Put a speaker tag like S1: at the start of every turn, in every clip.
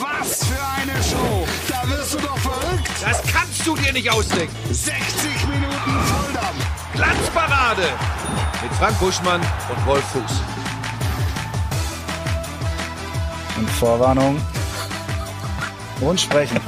S1: Was für eine Show! Da wirst du doch verrückt!
S2: Das kannst du dir nicht ausdenken.
S1: 60 Minuten Volldampf!
S2: Glanzparade mit Frank Buschmann und Wolf Fuß.
S3: Und Vorwarnung. Und sprechen.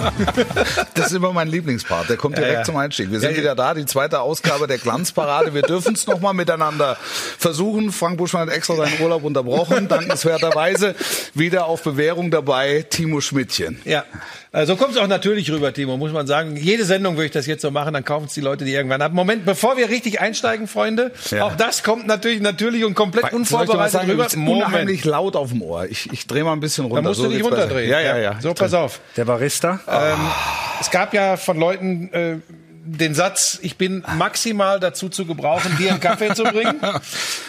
S4: Das ist immer mein Lieblingspart. Der kommt direkt
S2: ja.
S4: zum Einstieg. Wir sind
S2: Ja, ja.
S4: wieder da, die zweite Ausgabe der Glanzparade. Wir dürfen es nochmal miteinander versuchen. Frank Buschmann hat extra seinen Urlaub unterbrochen. Dankenswerterweise wieder auf Bewährung dabei Timo Schmidtchen.
S2: Ja, äh, so kommt es auch natürlich rüber, Timo, muss man sagen. Jede Sendung würde ich das jetzt so machen, dann kaufen es die Leute, die irgendwann haben. Moment, bevor wir richtig einsteigen, Freunde,
S4: Ja.
S2: auch das kommt natürlich natürlich und komplett
S4: Soll ich dir was
S2: unvorbereitet
S4: sagen?
S2: rüber.
S4: Ist unheimlich laut auf dem Ohr. Ich, ich drehe mal ein bisschen runter.
S2: da musst
S4: So
S2: du dich
S4: geht's besser.
S2: runterdrehen.
S4: Ja, ja, ja.
S2: So, pass auf.
S3: Der Barista.
S2: Es gab ja von Leuten äh, den Satz, ich bin maximal dazu zu gebrauchen, dir einen Kaffee zu bringen.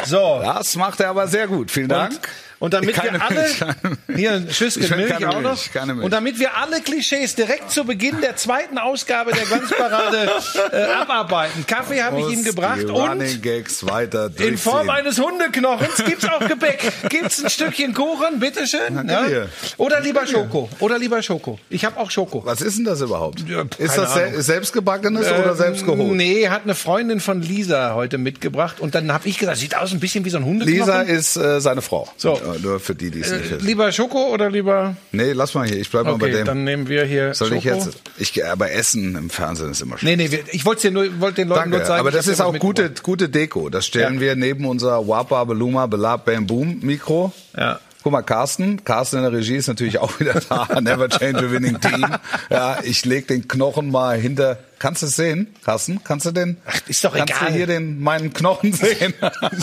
S2: So,
S4: Das macht er aber sehr gut. Vielen Dank.
S2: Und damit
S4: Keine
S2: wir alle
S4: Milch, keine Milch.
S2: hier ein
S4: Ich
S2: Schüsschen
S4: will
S2: Milch
S4: keine
S2: auch noch.
S4: Milch, keine Milch.
S2: Und damit wir alle Klischees direkt zu Beginn der zweiten Ausgabe der Glanzparade äh, abarbeiten. Kaffee habe ich
S4: Muss
S2: Ihnen gebracht
S4: die
S2: und
S4: Running Gags weiter
S2: in Form
S4: durchziehen.
S2: eines Hundeknochens gibt's auch Gebäck. Gibt's ein Stückchen Kuchen, bitteschön.
S4: Na, gib
S2: Ja.
S4: ihr.
S2: Oder lieber Schoko. Oder lieber Schoko. Ich habe auch Schoko.
S4: Was ist denn das überhaupt?
S2: Ja,
S4: ist
S2: keine
S4: das se
S2: Ahnung. Ähm,
S4: selbstgebackenes oder selbstgeholt?
S2: Nee, hat eine Freundin von Lisa heute mitgebracht und dann habe ich gesagt, sieht aus ein bisschen wie so ein Hundeknochen.
S4: Lisa ist äh, seine Frau.
S2: So.
S4: Äh, Nur für die, die es nicht
S2: äh,
S4: wissen.
S2: lieber Schoko oder lieber
S4: Nee, lass mal hier. Ich bleib mal bei
S2: Okay,
S4: dem.
S2: dann nehmen wir hier
S4: Soll ich
S2: Schoko.
S4: jetzt? Ich, aber Essen im Fernsehen ist immer schön.
S2: Nee, nee, wir- ich wollte dir nur wollte den Leuten
S4: Danke,
S2: nur zeigen.
S4: aber
S2: ich
S4: das
S2: hab
S4: ist
S2: dir was
S4: auch gute, gute Deko. Das stellen
S2: Ja.
S4: wir neben unser Wapa Beluma Belab Bam Boom Mikro.
S2: Ja.
S4: Guck mal, Carsten. Carsten in der Regie ist natürlich auch wieder da. Never change a winning team. Ja, ich leg den Knochen mal hinter. Kannst du es sehen, Carsten? Kannst du den?
S2: Ach, ist doch
S4: kannst
S2: egal.
S4: du hier den meinen Knochen sehen?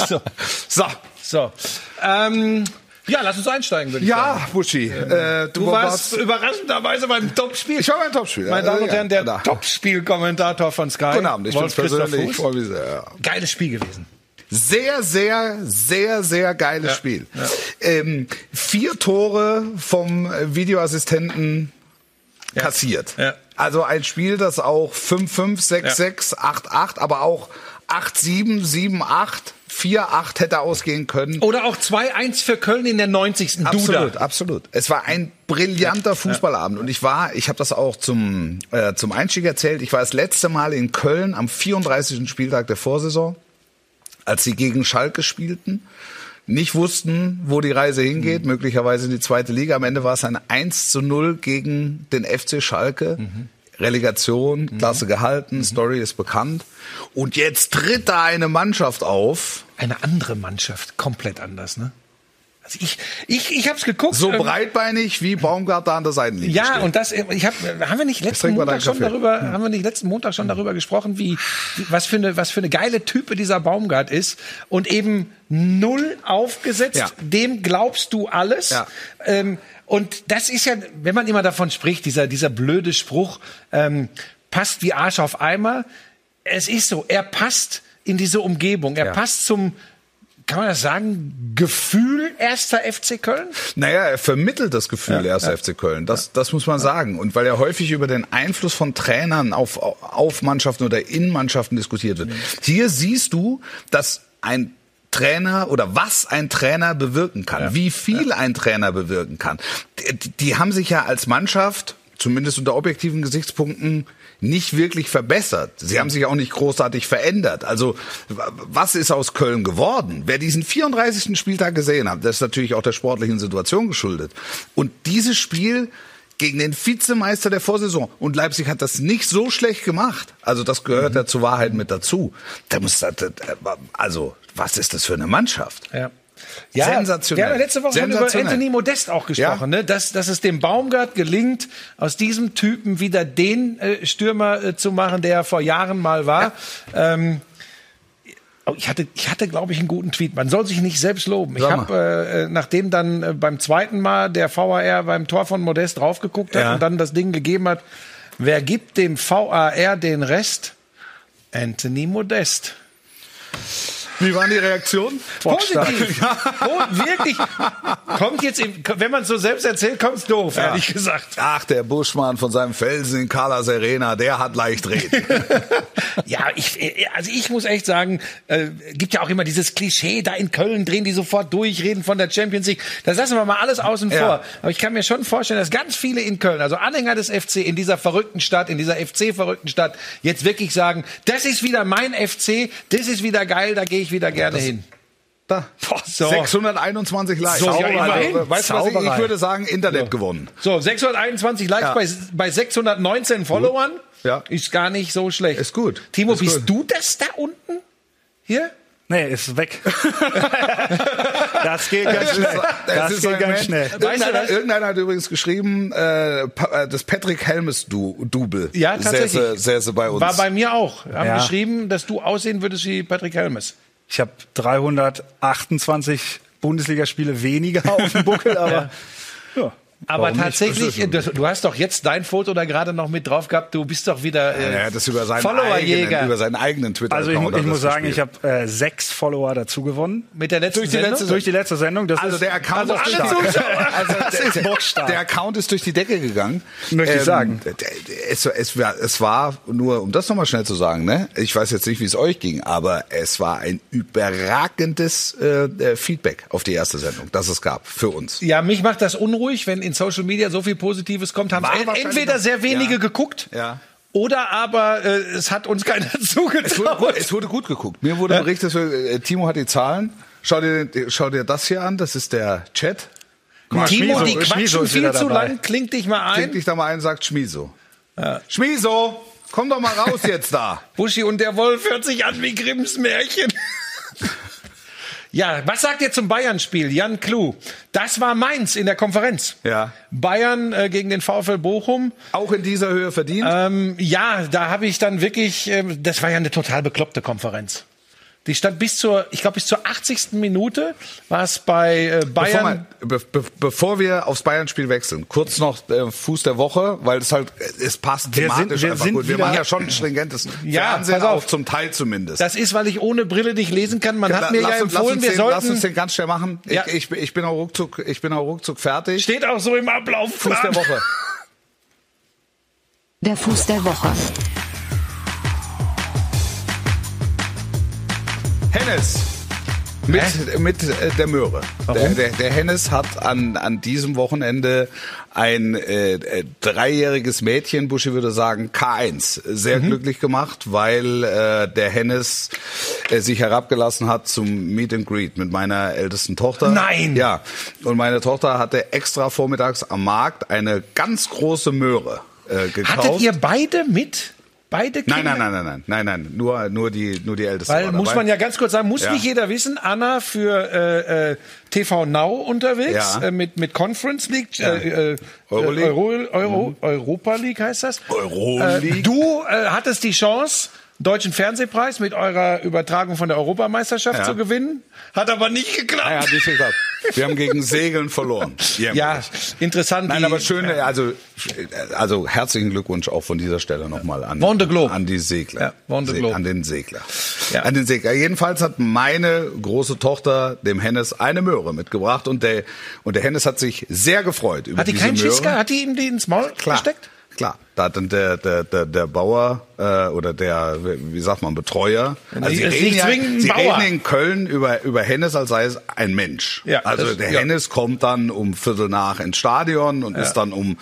S2: So.
S4: so.
S2: mitgebracht. So, ähm, ja, lass uns einsteigen, würde ich sagen.
S4: Ja, Buschi. Äh, du,
S2: Du warst
S4: warst.
S2: überraschenderweise beim Topspiel.
S4: Ich war mein Topspieler.
S2: Meine Damen und
S4: Also, ja,
S2: Herren, der
S4: da.
S2: Topspiel-Kommentator von Sky.
S4: Guten Abend. Ich bin
S2: Wolf Christoph
S4: persönlich. Ich
S2: Fuß.
S4: freue mich sehr. Ja.
S2: Geiles Spiel gewesen.
S4: Sehr, sehr, sehr, sehr geiles
S2: Ja,
S4: Spiel.
S2: ja.
S4: Ähm, vier Tore vom äh, Videoassistenten kassiert.
S2: ja.
S4: Also ein Spiel, das auch 5-5, 6-6, 8-8, aber auch 8-7, 7-8, 4-8 hätte ausgehen können.
S2: Oder auch 2-1 für Köln in der 90.
S4: Absolut,
S2: Duda.
S4: absolut. Es war ein brillanter Fußballabend und ich war, ich habe das auch zum äh, zum Einstieg erzählt. Ich war das letzte Mal in Köln am 34. Spieltag der Vorsaison, als sie gegen Schalke spielten. Nicht wussten, wo die Reise
S2: Mhm.
S4: hingeht, möglicherweise in die zweite Liga. Am Ende war es ein 1 zu 0 gegen den FC Schalke.
S2: Mhm.
S4: Relegation, Klasse gehalten, Story ist bekannt. Und jetzt tritt da eine Mannschaft auf,
S2: Eine andere Mannschaft, komplett anders, ne? Also ich, ich, ich hab's geguckt.
S4: so
S2: ähm,
S4: breitbeinig wie Baumgartler an der Seitenlinie.
S2: Ja,
S4: steht.
S2: und das, ich hab, haben wir nicht letzten
S4: trink mal
S2: Montag
S4: deinen
S2: schon
S4: Kaffee.
S2: darüber, haben wir nicht letzten Montag schon darüber gesprochen, wie, wie was für eine, was für eine geile Type dieser Baumgart ist und eben null aufgesetzt,
S4: Ja.
S2: dem glaubst du alles.
S4: Ja.
S2: Ähm, und das ist ja, wenn man immer davon spricht, dieser, dieser blöde Spruch, ähm, passt wie Arsch auf Eimer. Es ist so, er passt in diese Umgebung, er
S4: Ja.
S2: passt zum, kann man das sagen, Gefühl erster FC Köln?
S4: Naja, er vermittelt das Gefühl erst FC Köln. Das, das muss man sagen. Und weil er häufig über den Einfluss von Trainern auf, auf Mannschaften oder in Mannschaften diskutiert wird. Hier siehst du, dass ein Trainer oder was ein Trainer bewirken kann, wie viel ein Trainer bewirken kann. Die, die haben sich ja als Mannschaft, zumindest unter objektiven Gesichtspunkten, nicht wirklich verbessert. Sie haben sich auch nicht großartig verändert. Also w- was ist aus Köln geworden? Wer diesen 34. Spieltag gesehen hat, das ist natürlich auch der sportlichen Situation geschuldet. Und dieses Spiel gegen den Vizemeister der Vorsaison und Leipzig hat das nicht so schlecht gemacht. Also das gehört ja zur Wahrheit mit dazu. Da muss das- das- also was ist das für eine Mannschaft?
S2: Ja.
S4: Sensationell.
S2: Wir haben ja letzte Woche schon über
S4: Sensationell.
S2: Anthony Modest auch gesprochen,
S4: Ja.
S2: ne? dass, dass es dem Baumgart gelingt, aus diesem Typen wieder den äh, Stürmer äh, zu machen, der er vor Jahren mal war. Ähm, oh, ich hatte, ich hatte glaube ich, einen guten Tweet. Man soll sich nicht selbst loben. Ich
S4: Sag mal.
S2: habe, äh, äh, nachdem dann äh, beim zweiten Mal der VAR beim Tor von Modest draufgeguckt hat
S4: Ja.
S2: und dann das Ding gegeben hat, wer gibt dem VAR den Rest? Anthony Modest.
S4: Wie waren die Reaktionen?
S2: Positiv. Po- wirklich. Kommt jetzt, im, wenn man es so selbst erzählt, kommt es doof, ehrlich gesagt.
S4: Ach, der Buschmann von seinem Felsen in Cala Serena, der hat leicht reden.
S2: Ja, ich, also ich muss echt sagen, äh, gibt ja auch immer dieses Klischee, da in Köln drehen die sofort durch, reden von der Champions League. Das lassen wir mal alles außen
S4: Ja.
S2: vor. Aber ich kann mir schon vorstellen, dass ganz viele in Köln, also Anhänger des FC in dieser verrückten Stadt, in dieser FC-verrückten Stadt, jetzt wirklich sagen, das ist wieder mein FC, das ist wieder geil, da gehe ich wieder gerne hin.
S4: Da.
S2: Boah, so.
S4: 621 Likes.
S2: So, ja, immerhin.
S4: also, weißt du was, ich, ich
S3: Zauberei.
S4: würde sagen, Internet gewonnen.
S2: So, 621 Likes
S4: Ja.
S2: bei, bei 619 Followern
S4: Ja.
S2: ist gar nicht so schlecht.
S4: Ist gut.
S2: Timo,
S4: Ist
S2: bist
S4: gut.
S2: du das da unten? Hier?
S3: Nee, ist weg. das geht ganz
S4: Es
S3: schnell.
S4: es
S3: Das
S4: ist
S3: geht
S4: ein
S3: ganz
S4: Mensch.
S3: schnell.
S2: Weißt du
S4: Irgendeiner,
S2: was?
S4: irgendeiner hat übrigens geschrieben, äh, Pa- äh, das Patrick Helmes -Du Double
S2: Ja, tatsächlich.
S4: säße, säße bei uns.
S2: War bei mir auch. Haben
S3: Ja.
S2: geschrieben, dass du aussehen würdest wie Patrick Helmes.
S3: Ich habe 328 Bundesligaspiele weniger auf dem Buckel, aber ja.
S2: Aber
S4: Warum nicht? Das
S2: tatsächlich,
S4: ist-
S2: das- du hast doch jetzt dein Foto da gerade noch mit drauf gehabt. Du bist doch wieder äh,
S4: er hat das über seinen eigenen, über
S2: Followerjäger
S4: seinen eigenen Twitter.
S3: Also ich, mu-
S4: Account
S3: ich
S4: hat
S3: muss
S4: das
S3: sagen, ich
S4: gespielt.
S3: habe äh, sechs Follower dazu gewonnen.
S2: mit der letzten
S4: Durch die
S2: Sendung?
S4: letzte
S3: Durch die letzte Sendung. Das
S4: also
S3: ist,
S4: der Account
S2: also
S4: ist
S2: alle
S4: stark.
S2: Zuschauer.
S4: Also
S3: Das
S4: der,
S3: ist
S4: der,
S3: bockstark.
S4: der Account ist durch die Decke gegangen. Ähm,
S3: Möchte ich sagen.
S4: der- der- Es, es, war, es war nur, um das nochmal schnell zu sagen, ne? Ich weiß jetzt nicht, wie es euch ging, aber es war ein überragendes äh, äh, Feedback auf die erste Sendung, das es gab für uns.
S2: Ja, mich macht das unruhig, wenn in Social Media so viel Positives kommt. Haben
S4: War
S2: en
S4: wahrscheinlich
S2: entweder
S4: noch-
S2: sehr wenige
S4: Ja.
S2: geguckt
S4: Ja.
S2: oder aber äh, es hat uns keiner
S4: Es wurde, gut,
S2: zugetraut.
S4: es wurde gut geguckt. Mir wurde berichtet, äh, Timo hat die Zahlen. Schau dir, schau dir das hier an, das ist der Chat.
S3: Guck mal,
S2: Timo,
S3: Schmieso-
S2: die
S3: Schmieso
S2: quatschen
S3: ist
S2: viel
S3: wieder
S2: zu
S3: dabei.
S2: lang. Kling dich mal
S4: Klingt
S2: ein.
S4: dich da mal ein, sagt Schmiso. Schmiso, komm doch mal raus jetzt da.
S2: Buschi und der Wolf hört sich an wie Grimms Märchen. ja, was sagt ihr zum Bayern-Spiel? Jan Klu. Das war Mainz in der Konferenz.
S4: Ja.
S2: Bayern äh, gegen den VfL Bochum.
S4: Auch in dieser Höhe verdient.
S2: Ähm, ja, da habe ich dann wirklich, ähm, das war ja eine total bekloppte Konferenz. Die stand bis zur, ich glaube, bis zur 80. Minute war es bei äh,
S4: Bevor,
S2: Bayern.
S4: wir- be be bevor wir aufs Bayern-Spiel wechseln, kurz noch äh, Fuß der Woche, weil es halt, es passt
S3: Wir sind-
S4: thematisch
S3: wir
S4: einfach
S3: sind
S4: gut. Wir
S3: wieder-
S4: machen ja schon ein stringentes
S2: Ja,
S4: Fernsehen
S2: pass auf.
S4: auf, zum Teil zumindest.
S2: Das ist, weil ich ohne Brille dich lesen kann. Man hat mir
S4: lass,
S2: ja
S4: uns- lass,
S2: empfohlen,
S4: uns
S2: wir
S4: den, lass uns
S2: sollten.
S4: den ganz schnell machen. Ich,
S2: Ja.
S4: ich, ich bin auch ruckzuck, ich bin auch ruckzuck fertig.
S2: Steht auch so im Ablauf.
S4: Fuß der Woche.
S5: Der Fuß der Woche.
S4: Hennes. Mit, mit äh, der Möhre. Der, der, der Hennes hat an, an diesem Wochenende ein äh, äh, dreijähriges Mädchen, Buschi würde sagen K1, sehr
S2: Mhm.
S4: glücklich gemacht, weil äh, der Hennes äh, sich herabgelassen hat zum Meet and Greet mit meiner ältesten Tochter.
S2: Nein!
S4: Ja, und meine Tochter hatte extra vormittags am Markt eine ganz große Möhre äh, gekauft.
S2: Hattet ihr beide mit? Beide Kinder?
S4: Nein, nein, nein, nein, nein, nein, nein, nur, nur die, nur die älteste.
S2: Weil
S4: war
S2: muss
S4: dabei.
S2: man ja ganz kurz sagen, muss
S4: Ja.
S2: nicht jeder wissen, Anna für äh, äh, TV Now unterwegs,
S4: Ja.
S2: äh, mit, mit Conference League, äh, äh,
S4: Euroleague. Mhm.
S2: Euro, Euro, Europa League heißt das.
S4: Euroleague.
S2: Äh, du äh, hattest die Chance, deutschen Fernsehpreis mit eurer Übertragung von der Europameisterschaft
S4: Ja.
S2: zu gewinnen, hat aber nicht
S4: Ja,
S2: geklappt.
S4: hat nicht geklappt. Wir haben gegen Segeln verloren.
S2: Ja, interessant.
S4: Nein,
S2: die-
S4: aber schön, also, also herzlichen Glückwunsch auch von dieser Stelle nochmal an,
S2: Von de Globe.
S4: an die Segler.
S2: Ja, von de
S4: Se-
S2: Globe.
S4: An den Segler.
S2: Ja.
S4: An den Segler. Jedenfalls hat meine große Tochter dem Hennes eine Möhre mitgebracht und der, und der Hennes hat sich sehr gefreut über
S2: Hat die
S4: diese
S2: keinen
S4: Möhre.
S2: Schiss gehabt? Hat die ihm die ins Maul
S4: Klar.
S2: gesteckt?
S4: Klar, da hat dann der, der, der, der Bauer äh, oder der, wie sagt man, Betreuer. also
S2: Nee,
S4: sie
S2: ist
S4: reden,
S2: nicht
S4: ja,
S2: zwingend ein
S4: sie
S2: Bauer.
S4: reden in Köln über, über Hennes, als sei es ein Mensch.
S2: Ja,
S4: also
S2: das-
S4: der
S2: ja.
S4: Hennes kommt dann um Viertel nach ins Stadion und ist dann um,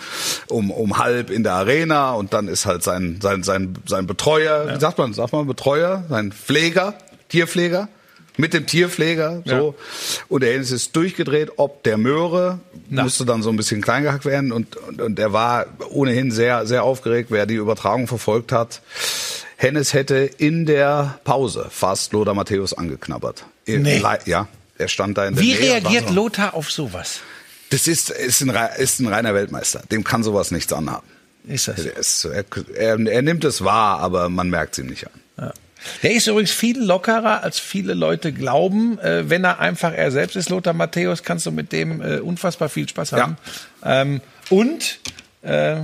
S4: um, um halb in der Arena und dann ist halt sein, sein, sein, sein Betreuer, wie sagt man, sagt man Betreuer, sein Pfleger, Tierpfleger. Mit dem Tierpfleger, so. Und der Hennes ist durchgedreht, ob der Möhre, musste dann so ein bisschen klein gehackt werden und, und, und er war ohnehin sehr, sehr aufgeregt, wer die Übertragung verfolgt hat. Hennes hätte in der Pause fast Lothar Matthäus angeknabbert.
S2: Nee.
S4: Le- Ja, er stand da in der
S2: Wie
S4: Nähe und war
S2: reagiert
S4: so-
S2: Lothar auf sowas?
S4: Das ist, ist, ein, rei- ist ein reiner Weltmeister. Dem kann sowas nichts anhaben.
S2: Ist das?
S4: Er, ist, er, er, er nimmt es wahr, aber man merkt es ihm nicht an.
S2: Ja. Der ist übrigens viel lockerer, als viele Leute glauben. Äh, wenn er einfach er selbst ist, Lothar Matthäus, kannst du mit dem äh, unfassbar viel Spaß haben. Ähm, und äh,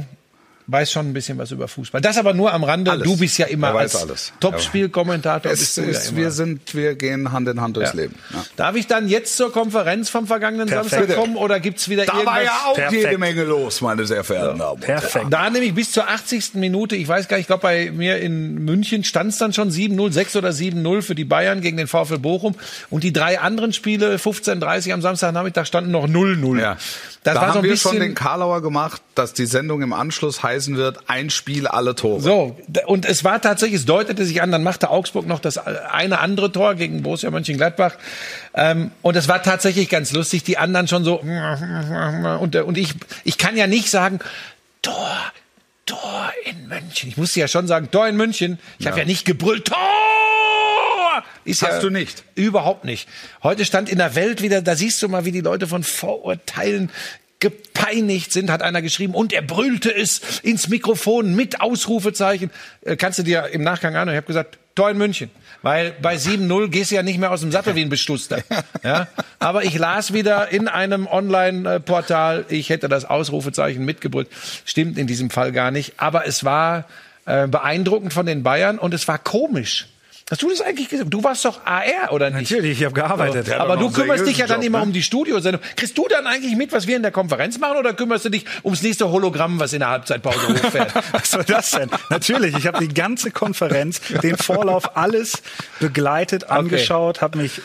S2: weiß schon ein bisschen was über Fußball. Das aber nur am Rande.
S4: Alles.
S2: Du bist ja immer
S4: Er weiß
S2: als
S4: alles.
S2: Topspielkommentator.
S4: Es
S2: bist du ja
S4: ist,
S2: immer.
S4: wir sind, wir gehen Hand in Hand durchs
S2: Ja.
S4: Leben. Ja.
S2: Darf ich dann jetzt zur Konferenz vom vergangenen
S3: Perfekt.
S2: Samstag kommen oder gibt's wieder
S4: Da
S2: irgendwas?
S4: war ja auch
S3: Perfekt.
S4: jede Menge los, meine sehr verehrten Damen. und Herren.
S3: Perfekt.
S2: Da nämlich bis zur 80. Minute, ich weiß gar nicht, ich glaube bei mir in München stand es dann schon 7-0, 6 oder 7-0 für die Bayern gegen den VfL Bochum. Und die drei anderen Spiele, 15.30 am Samstagnachmittag, standen noch 0-0.
S4: Ja.
S2: Das
S4: da
S2: war
S4: haben
S2: so ein
S4: wir
S2: bisschen,
S4: schon den Karlauer gemacht, dass die Sendung im Anschluss heißen wird, ein Spiel, alle Tore.
S2: So, d- und es war tatsächlich, es deutete sich an, dann machte Augsburg noch das äh, eine andere Tor gegen Borussia Mönchengladbach. Ähm, und es war tatsächlich ganz lustig, die anderen schon so, und, der- und ich, ich kann ja nicht sagen, Tor, Tor in München. Ich musste ja schon sagen, Tor in München. Ich habe ja nicht gebrüllt, Tor! Ist
S4: Hast du nicht?
S2: Überhaupt nicht. Heute stand in der Welt wieder, da siehst du mal, wie die Leute von Vorurteilen gepeinigt sind, hat einer geschrieben. Und er brüllte es ins Mikrofon mit Ausrufezeichen. Äh, Kannst du dir im Nachgang an. Und ich habe gesagt, Tor in München. Weil bei 7-0 gehst du ja nicht mehr aus dem Sattel wie ein Beschuster. Ja? Aber ich las wieder in einem Online-Portal, ich hätte das Ausrufezeichen mitgebrüllt. Stimmt in diesem Fall gar nicht. Aber es war äh, beeindruckend von den Bayern und es war komisch. Hast du das eigentlich gesagt? Du warst doch AR, oder nicht? Also,
S3: Natürlich, ich habe gearbeitet.
S4: Ja,
S2: Aber
S4: aber
S2: du
S4: noch einen
S2: kümmerst dich ja dann
S4: seriösen
S2: immer
S4: Job, ne?
S2: um die Studiosendung. Kriegst du dann eigentlich mit, was wir in der Konferenz machen, oder kümmerst du dich ums nächste Hologramm, was in der Halbzeitpause hochfährt?
S3: Was soll das denn? Natürlich, ich habe die ganze Konferenz, den Vorlauf, alles begleitet, angeschaut, habe mich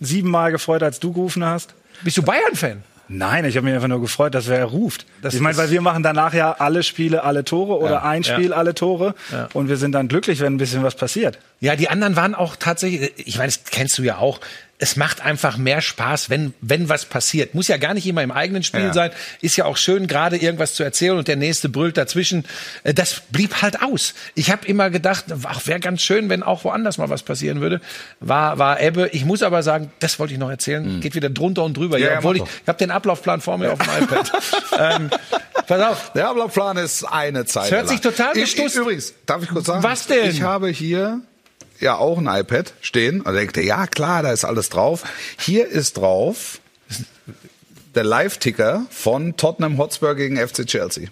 S3: siebenmal gefreut, als du gerufen hast.
S2: Bist du Bayern-Fan?
S3: Nein, ich habe mich einfach nur gefreut, dass wer ruft.
S2: Das
S3: ich meine,
S2: ist-
S3: weil wir machen danach ja alle Spiele, alle Tore oder
S2: Ja,
S3: ein
S2: ja.
S3: Spiel, alle Tore und wir sind dann glücklich, wenn ein bisschen was passiert.
S2: Ja, die anderen waren auch tatsächlich, ich meine, das kennst du ja auch. Es macht einfach mehr Spaß, wenn, wenn was passiert. Muss ja gar nicht immer im eigenen Spiel
S4: Ja.
S2: sein. Ist ja auch schön, gerade irgendwas zu erzählen und der nächste brüllt dazwischen. Äh, Das blieb halt aus. Ich habe immer gedacht, ach, wäre ganz schön, wenn auch woanders mal was passieren würde. War, war Ebbe. Ich muss aber sagen, das wollte ich noch erzählen. Geht wieder drunter und drüber. Ja,
S4: Hm. Ja, ja,
S2: obwohl ich,
S4: mach
S2: ich habe den Ablaufplan vor mir auf dem iPad. ähm, pass auf.
S4: Der Ablaufplan ist eine Zeit.
S2: hört sich total
S4: ich,
S2: gestutzt.
S4: Übrigens, darf ich kurz sagen?
S2: Was denn?
S4: Ich habe hier ja auch ein iPad stehen. Und da denkt er, ja klar, da ist alles drauf. Hier ist drauf der Live-Ticker von Tottenham Hotspur gegen FC Chelsea.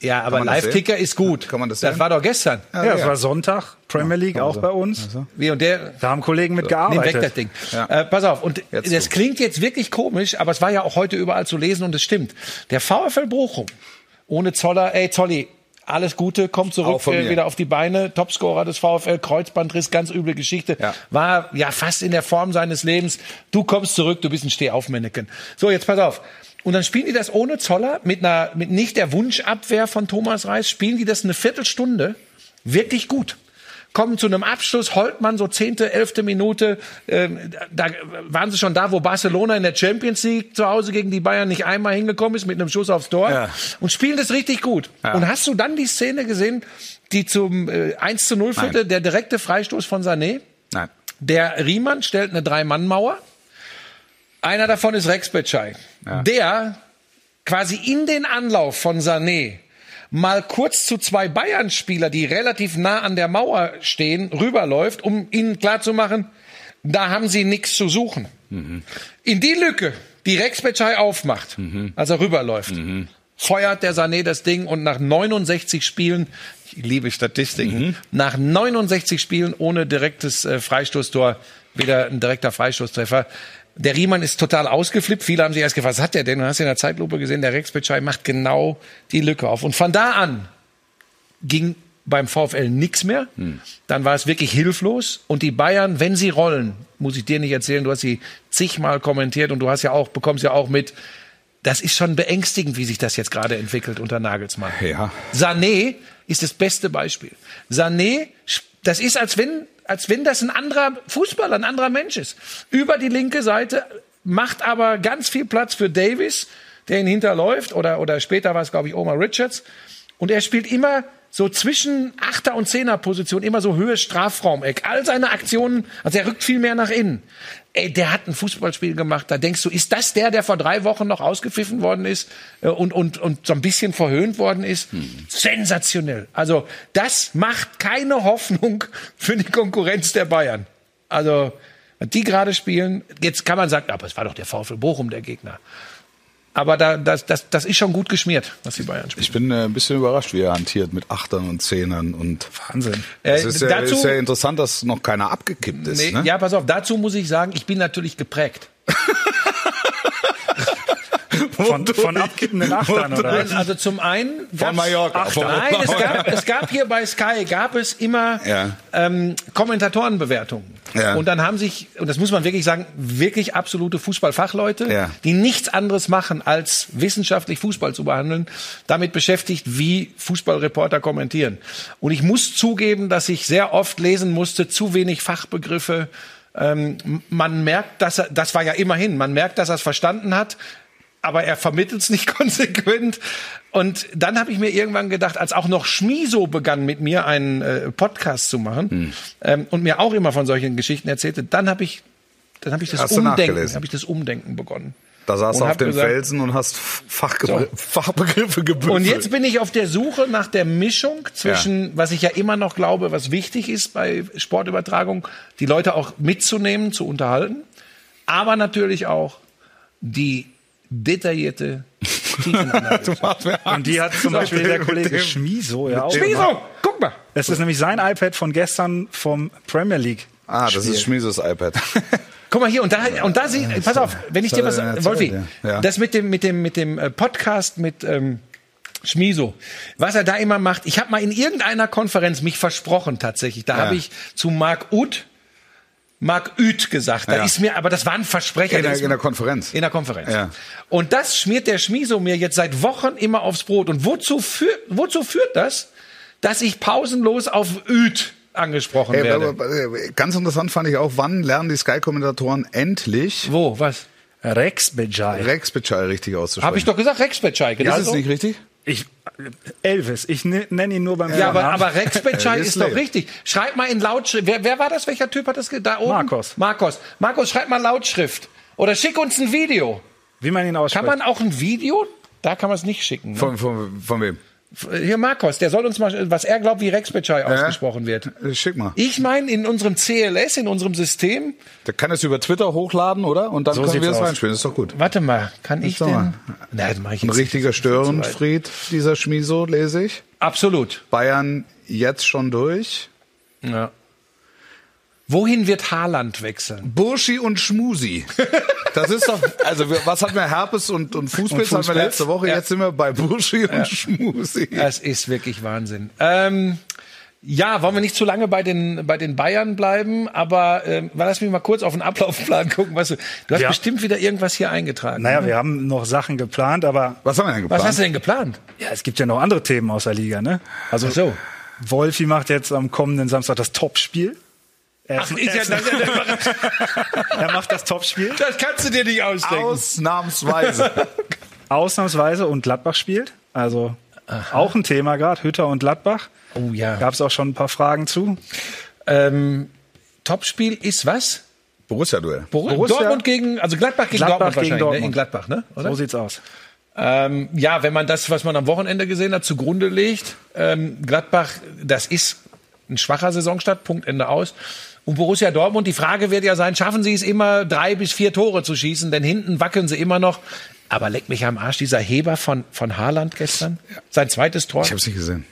S2: Ja, aber
S4: man das sehen?
S2: Live-Ticker ist gut.
S4: Kann man das
S2: das
S4: sehen?
S2: war doch gestern.
S3: Ja, es war Sonntag, Premier League auch bei uns.
S2: Wir und der,
S3: Da haben Kollegen mit
S2: also. Nimm
S3: gearbeitet.
S2: weg das Ding.
S4: Ja.
S2: Äh, pass auf, und
S4: Jetzt
S2: das
S4: du.
S2: klingt jetzt wirklich komisch, aber es war ja auch heute überall zu lesen und es stimmt. Der VfL Bochum ohne Zoller, ey Zolli, alles Gute, kommt
S4: Auch
S2: zurück
S4: von
S2: äh,
S4: mir.
S2: wieder auf die Beine. Topscorer des VfL, Kreuzbandriss, ganz üble Geschichte.
S4: Ja.
S2: War ja fast in der Form seines Lebens. Du kommst zurück, du bist ein Stehaufmännchen. So, jetzt pass auf. Und dann spielen die das ohne Zoller, mit einer, mit nicht der Wunschabwehr von Thomas Reis, spielen die das eine Viertelstunde wirklich gut. Kommen zu einem Abschluss, Holtmann so zehnte, elfte Minute, ähm, da da waren sie schon da, wo Barcelona in der Champions League zu Hause gegen die Bayern nicht einmal hingekommen ist mit einem Schuss aufs Tor
S4: Ja.
S2: und spielen das richtig gut. Und hast du dann die Szene gesehen, die zum äh, 1 zu 0 führte,
S4: Nein.
S2: der direkte Freistoß von Sané?
S4: Nein.
S2: Der Riemann stellt eine Drei-Mann-Mauer. Einer davon ist Rex Becai. Der quasi in den Anlauf von Sané mal kurz zu zwei Bayern-Spieler, die relativ nah an der Mauer stehen, rüberläuft, um ihnen klarzumachen, da haben sie nichts zu suchen. In die Lücke, die Rex Becai aufmacht, als er rüberläuft, feuert der Sané das Ding und nach 69 Spielen, ich liebe Statistiken, nach 69 Spielen ohne direktes äh, Freistoßtor, wieder ein direkter Freistoßtreffer. Der Riemann ist total ausgeflippt. Viele haben sich erst gefragt, was hat der denn? Du hast in der Zeitlupe gesehen, der Rex Becai macht genau die Lücke auf. Und von da an ging beim VfL nichts mehr. Dann war es wirklich hilflos. Und die Bayern, wenn sie rollen, muss ich dir nicht erzählen, du hast sie zigmal kommentiert und du hast ja auch, bekommst ja auch mit, das ist schon beängstigend, wie sich das jetzt gerade entwickelt unter Nagelsmann.
S4: Ja.
S2: Sané ist das beste Beispiel. Sané, das ist, als wenn, als wenn das ein anderer Fußballer, ein anderer Mensch ist. Über die linke Seite, macht aber ganz viel Platz für Davis, der ihn hinterläuft, oder, oder später war es, glaube ich, Omar Richards. Und er spielt immer so zwischen Achter- und Zehner-Position, immer so Höhe Strafraumeck. All seine Aktionen, also er rückt viel mehr nach innen. Ey, der hat ein Fußballspiel gemacht, da denkst du, ist das der, der vor drei Wochen noch ausgepfiffen worden ist äh, und, und, und so ein bisschen verhöhnt worden ist?
S4: Mhm.
S2: Sensationell. Also das macht keine Hoffnung für die Konkurrenz der Bayern. Also was die gerade spielen, jetzt kann man sagen, aber es war doch der VfL Bochum der Gegner. Aber da, das, das, das ist schon gut geschmiert, was die Bayern spielen.
S4: Ich bin äh, ein bisschen überrascht, wie er hantiert mit Achtern und Zehnern und
S3: Wahnsinn.
S4: es ist, ja,
S2: Äh, dazu-
S4: ist ja interessant, dass noch keiner abgekippt ist.
S2: Nee,
S4: ne?
S2: Ja, pass auf, dazu muss ich sagen, ich bin natürlich geprägt.
S3: Von, von abkippenden Achtern, oder? was?
S2: Nein, also zum einen gab's-
S4: Mallorca,
S2: Ach,
S4: von
S2: nein, es
S4: Mallorca.
S2: gab, es gab hier bei Sky gab es immer
S4: Ja.
S2: ähm, Kommentatorenbewertungen.
S4: Ja.
S2: Und dann haben sich und das muss man wirklich sagen, wirklich absolute Fußballfachleute,
S4: Ja.
S2: die nichts anderes machen als wissenschaftlich Fußball zu behandeln, damit beschäftigt, wie Fußballreporter kommentieren. Und ich muss zugeben, dass ich sehr oft lesen musste, zu wenig Fachbegriffe. Ähm, man merkt, dass er, das war ja immerhin, man merkt, dass er es verstanden hat, aber er vermittelt es nicht konsequent. Und dann habe ich mir irgendwann gedacht, als auch noch Schmiso begann, mit mir einen äh, Podcast zu machen
S4: Hm.
S2: ähm, und mir auch immer von solchen Geschichten erzählte, dann habe ich, dann habe ich das
S4: Hast du
S2: Umdenken,
S4: nachgelesen?
S2: habe ich das Umdenken begonnen.
S4: Da saß
S2: Und
S4: du auf
S2: hab
S4: dem
S2: gesagt-
S4: Felsen und hast Fachgebr
S2: So.
S4: Fachbegriffe gebüffelt.
S2: Und jetzt bin ich auf der Suche nach der Mischung zwischen, was ich ja immer noch glaube, was wichtig ist bei Sportübertragung, die Leute auch mitzunehmen, zu unterhalten, aber natürlich auch die detaillierte Tiefenanalyse.
S3: Und die hat zum Beispiel der Kollege Schmiso ja auch. gemacht.
S2: Schmiso, guck mal.
S3: Das ist nämlich sein iPad von gestern vom Premier League.
S4: Ah, das ist Schmieses iPad.
S2: Guck mal hier und da und da sie pass auf, wenn ich
S4: was
S2: dir
S4: hat
S2: was
S4: er denn
S2: Wolfi,
S4: erzählt, ja? Ja.
S2: das mit dem mit dem mit dem äh, Podcast mit ähm, Schmiso, was er da immer macht. Ich habe mal in irgendeiner Konferenz mich versprochen tatsächlich. Da
S4: Ja.
S2: habe ich zu Marc Uth Marc Uth gesagt. Da
S4: Ja.
S2: ist mir aber das war ein Versprecher
S4: In der,
S2: ist
S4: in
S2: mir-
S4: der Konferenz.
S2: in der Konferenz.
S4: Ja.
S2: Und das schmiert der Schmiso mir jetzt seit Wochen immer aufs Brot. Und wozu führt, wozu führt das, dass ich pausenlos auf Uth angesprochen
S4: Ey,
S2: werde?
S4: aber- aber- äh, ganz interessant fand ich auch, wann lernen die Sky-Kommentatoren endlich
S2: Wo? Was?
S3: Rex Bejai.
S4: Rex Bitschei richtig auszusprechen?
S2: Habe ich doch gesagt, Rex Betscheiken.
S4: Ist es nicht richtig?
S3: Ich, Elvis, ich ne-, nenne ihn nur beim
S2: Ja, aber,
S3: Vornamen.
S2: aber Rex Betschei
S4: Äh,
S2: ist
S4: Slay.
S2: doch richtig. Schreib mal in Lautschrift. Wer, wer war das? Welcher Typ hat das? ge- Da oben?
S3: Markus.
S2: Markus. Markus, schreib mal Lautschrift. Oder schick uns ein Video.
S3: Wie man ihn
S2: Kann
S3: ausspricht.
S2: man auch ein Video? Da kann man es nicht schicken. Ne?
S4: Von, von, von wem?
S2: Hier Markus, der soll uns mal, was er glaubt, wie Rex Betschei ausgesprochen wird.
S4: Äh, Schick mal.
S2: Ich meine, in unserem CLS, in unserem System,
S4: Der kann es über Twitter hochladen, oder? Und dann
S3: So
S4: können wir
S3: sieht's
S4: es
S3: aus.
S4: reinspielen. Das ist doch gut.
S2: warte mal, kann ich
S4: Sag mal.
S2: denn? Na, das mach ich
S4: Ein
S2: jetzt nicht.
S4: richtiger Störenfried, dieser Schmiso, lese ich.
S2: Absolut.
S4: Bayern jetzt schon durch.
S2: Ja. Wohin wird Haaland wechseln?
S4: Burschi und Schmusi. Das ist doch, also wir- was hatten wir? Herpes und, und
S3: Und
S4: Fußpilz hatten wir
S3: Fußpilz?
S4: letzte Woche.
S2: Ja.
S4: Jetzt sind wir bei Burschi und Schmusi.
S2: Das ist wirklich Wahnsinn. Ähm, ja, wollen wir nicht zu lange bei den, bei den Bayern bleiben, aber ähm, lass mich mal kurz auf den Ablaufplan gucken. Was du, du hast
S3: Ja.
S2: bestimmt wieder irgendwas hier eingetragen.
S3: Naja, wir haben noch Sachen geplant, aber
S4: Was haben wir
S2: Was
S4: denn geplant?
S2: hast du denn geplant?
S3: ja, es gibt ja noch andere Themen aus der Liga, ne? Also
S2: Ach so.
S3: Wolfi macht jetzt am kommenden Samstag das Topspiel. Er,
S2: Ach, ist ja, das, ist ja eine Überraschung.
S3: er macht das Topspiel.
S2: das kannst du dir nicht ausdenken.
S4: Ausnahmsweise.
S3: Ausnahmsweise und Gladbach spielt. Also auch ein Thema gerade, Hütter und Gladbach.
S2: Oh ja.
S3: Gab es auch schon ein paar Fragen zu.
S2: Ähm, Topspiel ist was?
S4: Borussia-Duell.
S2: Borussia?
S3: Borussia-
S2: Dortmund gegen, also Gladbach gegen
S3: Gladbach
S2: Dortmund
S3: gegen
S2: wahrscheinlich,
S3: Dortmund.
S2: Ne? in Gladbach, ne? Oder?
S3: So sieht's aus.
S2: Ähm, ja, wenn man das, was man am Wochenende gesehen hat, zugrunde legt, ähm, Gladbach, das ist ein schwacher Saisonstart, Punkt, Ende aus. Und Borussia Dortmund, die Frage wird ja sein, schaffen sie es immer, drei bis vier Tore zu schießen, denn hinten wackeln sie immer noch. Aber leck mich am Arsch, dieser Heber von, von Haaland gestern, sein zweites Tor.
S4: Ich hab's nicht gesehen.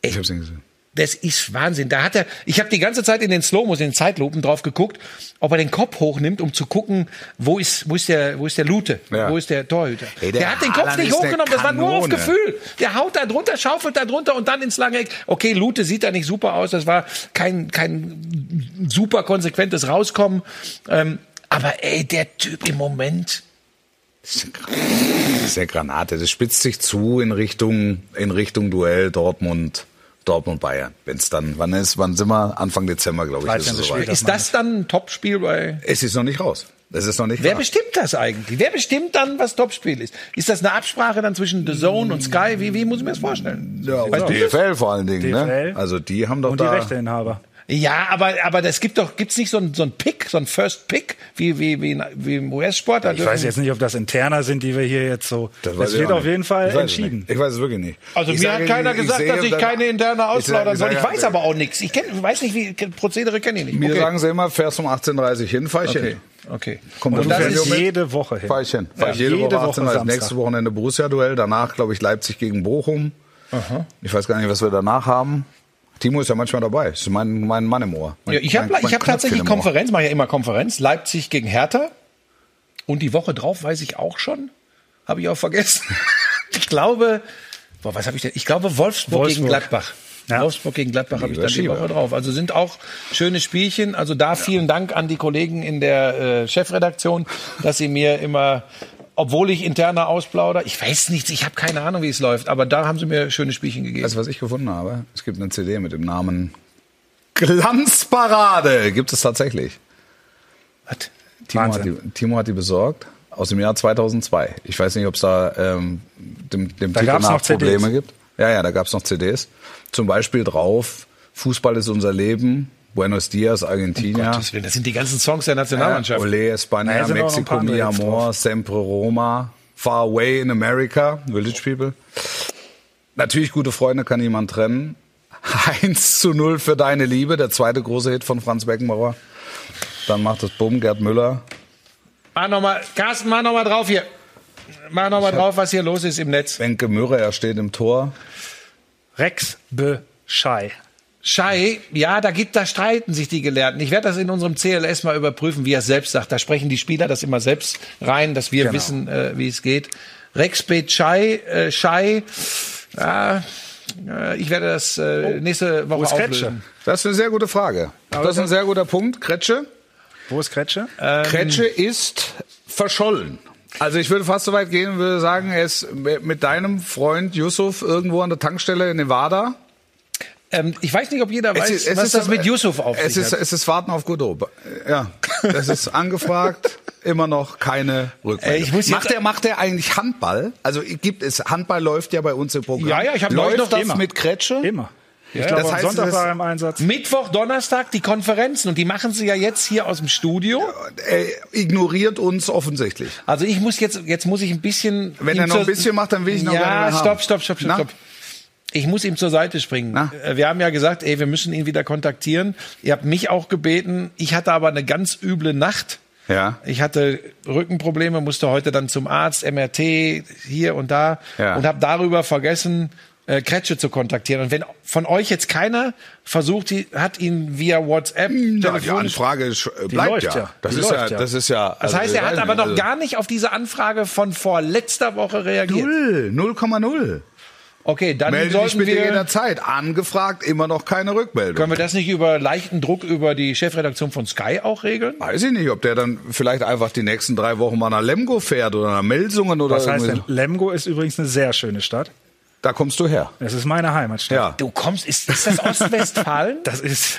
S4: Ich hab's nicht gesehen.
S2: Das ist Wahnsinn. Da hat er, ich habe die ganze Zeit in den Slow-Mos, in den Zeitlupen drauf geguckt, ob er den Kopf hochnimmt, um zu gucken, wo ist, wo ist der, wo ist der Lute,
S4: Ja.
S2: wo ist der Torhüter.
S4: Ey,
S2: der,
S4: der
S2: hat den Kopf
S4: Haaland
S2: nicht
S4: ist eine
S2: hochgenommen, das war nur auf
S4: Kanone.
S2: Gefühl. Der haut da drunter, schaufelt da drunter und dann ins lange Eck. Okay, Lute sieht da nicht super aus, das war kein, kein super konsequentes Rauskommen. Ähm, aber ey, der Typ im Moment,
S4: Das ist eine Granate. Das spitzt sich zu in Richtung, in Richtung Duell Dortmund. Dortmund Bayern, Wenn's dann, wann ist, wann sind wir? Anfang Dezember, glaube ich, ist es
S3: 13.
S4: soweit.
S3: Spieltag.
S2: ist das dann ein Topspiel bei
S4: Es ist noch nicht raus. Es ist noch nicht
S2: Wer
S4: klar.
S2: bestimmt das eigentlich? Wer bestimmt dann, was Topspiel ist? Ist das eine Absprache dann zwischen The Zone und Sky? Wie, wie muss ich mir das vorstellen?
S4: Ja, und DFL vor allen Dingen, ne?
S3: DFL.
S4: Also die haben doch
S3: Und die
S4: da.
S3: Rechteinhaber.
S2: Ja, aber, aber das gibt doch, gibt's nicht so einen, so einen Pick, so einen First Pick, wie, wie, wie, in- wie im US-Sport? Da
S3: Ich weiß
S2: dürfen-
S3: jetzt nicht, ob das interner sind, die wir hier jetzt so. Das,
S4: weiß ich
S3: wird
S4: auch
S3: auf
S4: nicht.
S3: jeden Fall
S4: Ich weiß es
S3: entschieden.
S4: nicht. Ich weiß es wirklich nicht.
S2: Also mir hat keiner gesagt, dass ich keine interne
S4: auslaufen
S2: auslaudern soll. Ich weiß aber auch nichts. Ich kenn, weiß nicht, wie Prozedere kenne ich nicht.
S4: Mir
S2: Okay.
S4: sagen sie immer, fährst um 18.30 Uhr hin, fahr ich
S2: Okay.
S4: hin.
S2: Okay.
S4: Kommt
S2: und
S4: das
S2: das
S4: Fernsehen
S2: ist
S4: mit?
S3: jede Woche hin.
S4: Fahr ich hin. Fahr ich
S3: Ja,
S4: jede,
S3: jede
S4: Woche
S3: Woche
S4: 18 Uhr.
S3: Samstag.
S4: Nächste Wochenende Borussia-Duell, danach, glaube ich, Leipzig gegen Bochum. Ich weiß gar nicht, was wir danach haben. Timo ist ja manchmal dabei. Das ist mein, mein Mann im Ohr. Mein,
S2: Ja, ich habe
S4: mein- mein
S2: ich hab
S4: Knöpfchen
S2: tatsächlich
S4: im Ohr.
S2: Konferenz, mache ja immer Konferenz, Leipzig gegen Hertha. Und die Woche drauf weiß ich auch schon, habe ich auch vergessen. ich glaube, boah, was habe ich denn? Ich glaube Wolfsburg, gegen
S3: Wolfsburg.
S2: Gladbach.
S3: Ja.
S2: Wolfsburg gegen Gladbach habe ich
S4: Lieber
S2: dann die
S4: Schieber.
S2: Woche drauf. Also sind auch schöne Spielchen. Also da vielen Dank an die Kollegen in der äh, Chefredaktion, dass sie mir immer, obwohl ich interner ausplauder, ich weiß nichts, ich habe keine Ahnung, wie es läuft, aber da haben sie mir schöne Spielchen gegeben.
S4: Weißt du, was ich gefunden habe? Es gibt eine CD mit dem Namen Glanzparade. Gibt es tatsächlich.
S2: Was?
S4: Timo hat, die,
S3: Wahnsinn.
S4: Timo hat die besorgt aus dem Jahr 2002. Ich weiß nicht, ob es da ähm, dem, dem
S3: Da
S4: Titel
S3: gab's
S4: nach
S3: noch CDs.
S4: Probleme gibt. Ja, ja, da gab es noch CDs. Zum Beispiel drauf, Fußball ist unser Leben, Buenos Dias,
S3: Oh
S4: Argentina.
S2: Gottes Willen, das sind die ganzen Songs der Nationalmannschaft.
S4: Ole,
S3: Da sind
S4: España,
S3: auch noch ein
S4: Mexiko,
S3: paar
S4: Mi
S3: andere Hits
S4: Amor, Sempre Roma, Far Away in America, Village People. Natürlich, gute Freunde kann niemand trennen. 1 zu 0 für deine Liebe, der zweite große Hit von Franz Beckenbauer. Dann macht es Bumm, Gerd Müller.
S2: Mach noch mal, Carsten, mach noch mal drauf hier. Mach noch mal drauf, was hier los ist im Netz.
S4: Wenke Mürre, er steht im Tor.
S3: Rex Beschei.
S2: Schei, ja, da gibt, da streiten sich die Gelehrten. Ich werde das in unserem CLS mal überprüfen, wie er es selbst sagt. Da sprechen die Spieler das immer selbst rein, dass wir wissen, äh, wie es geht. Rex B. Schei, äh, Schei, ja, äh, ich werde das äh, nächste Woche
S3: ist Kretsche?
S2: auflösen.
S4: Das ist eine sehr gute Frage. Das ist ein sehr guter Punkt. Kretsche?
S3: Wo ist Kretsche?
S4: Äh,
S2: Ähm,
S4: Kretsche ist verschollen. Also ich würde fast so weit gehen und würde sagen, er ist mit deinem Freund Yusuf irgendwo an der Tankstelle in Nevada.
S2: Ähm, ich weiß nicht, ob jeder weiß, was das mit Yusuf auf
S4: es
S2: sich
S4: ist,
S2: hat.
S4: es ist Warten auf Godot. Ja, es ist angefragt, immer noch keine
S2: Äh, ich muss
S4: Rückmeldung.
S2: jetzt-
S4: macht er macht er eigentlich Handball? Also gibt es Handball läuft ja bei uns im Programm.
S2: Ja, ja, ich hab neulich
S4: läuft
S2: noch
S4: das
S2: Thema.
S4: mit Kretsche?
S3: Immer. Ich
S2: Ja,
S3: glaube,
S4: das
S3: am
S4: heißt,
S3: Sonntag
S4: das-
S3: war er im Einsatz.
S2: Mittwoch, Donnerstag die Konferenzen und die machen sie ja jetzt hier aus dem Studio.
S4: Er ignoriert uns offensichtlich.
S2: Also ich muss jetzt, jetzt muss ich ein bisschen.
S4: Wenn
S2: ihm
S4: er noch
S2: zur-
S4: ein bisschen macht, dann will ich noch gerne
S2: Ja,
S4: mehr
S2: stopp,
S4: haben.
S2: stopp, stopp, stopp,
S4: Na?
S2: stopp. Ich muss ihm zur Seite springen.
S4: Na?
S2: Äh, Wir haben ja gesagt, ey, wir müssen ihn wieder kontaktieren. Ihr habt mich auch gebeten. Ich hatte aber eine ganz üble Nacht.
S4: Ja.
S2: Ich hatte Rückenprobleme, musste heute dann zum Arzt, MRT, hier und da
S4: Ja.
S2: und habe darüber vergessen, äh, Kretsche zu kontaktieren. Und wenn von euch jetzt keiner versucht, die, hat ihn via WhatsApp,
S4: Ja, die
S2: telefonisch
S4: Anfrage ist, äh, bleibt
S3: läuft
S4: ja.
S3: ja.
S4: Das
S3: Die
S4: ist ja,
S3: läuft ja.
S4: das ist ja.
S2: Das
S4: also,
S2: heißt, er
S4: ich
S2: hat
S4: weiß
S2: aber
S4: nicht,
S2: noch gar nicht auf diese Anfrage von vor letzter Woche reagiert.
S4: also, Null, 0,0.
S2: Okay, dann
S4: Melde dich
S2: Also sollten
S4: bitte
S2: wir,
S4: jederzeit. Angefragt, immer noch keine Rückmeldung.
S2: können wir das nicht über leichten Druck über die Chefredaktion von Sky auch regeln?
S4: Weiß ich nicht, ob der dann vielleicht einfach die nächsten drei Wochen mal nach Lemgo fährt oder nach Melsungen oder
S3: Was heißt
S4: irgendwie
S3: denn? Lemgo ist übrigens eine sehr schöne Stadt.
S4: so. Da kommst du her.
S3: Es ist meine Heimatstadt.
S4: Ja.
S2: Du kommst, ist, ist das Ostwestfalen?
S3: Das ist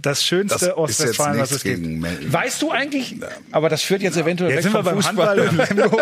S3: das
S4: Das
S3: schönste
S4: ist jetzt
S3: Ostwestfalen, was
S4: nichts
S3: es gibt.
S4: gegen Mel
S2: Weißt du eigentlich? Aber das führt jetzt eventuell weg
S3: Jetzt sind
S2: vom
S3: wir beim
S2: Fußball.
S3: Handball und Lemgo.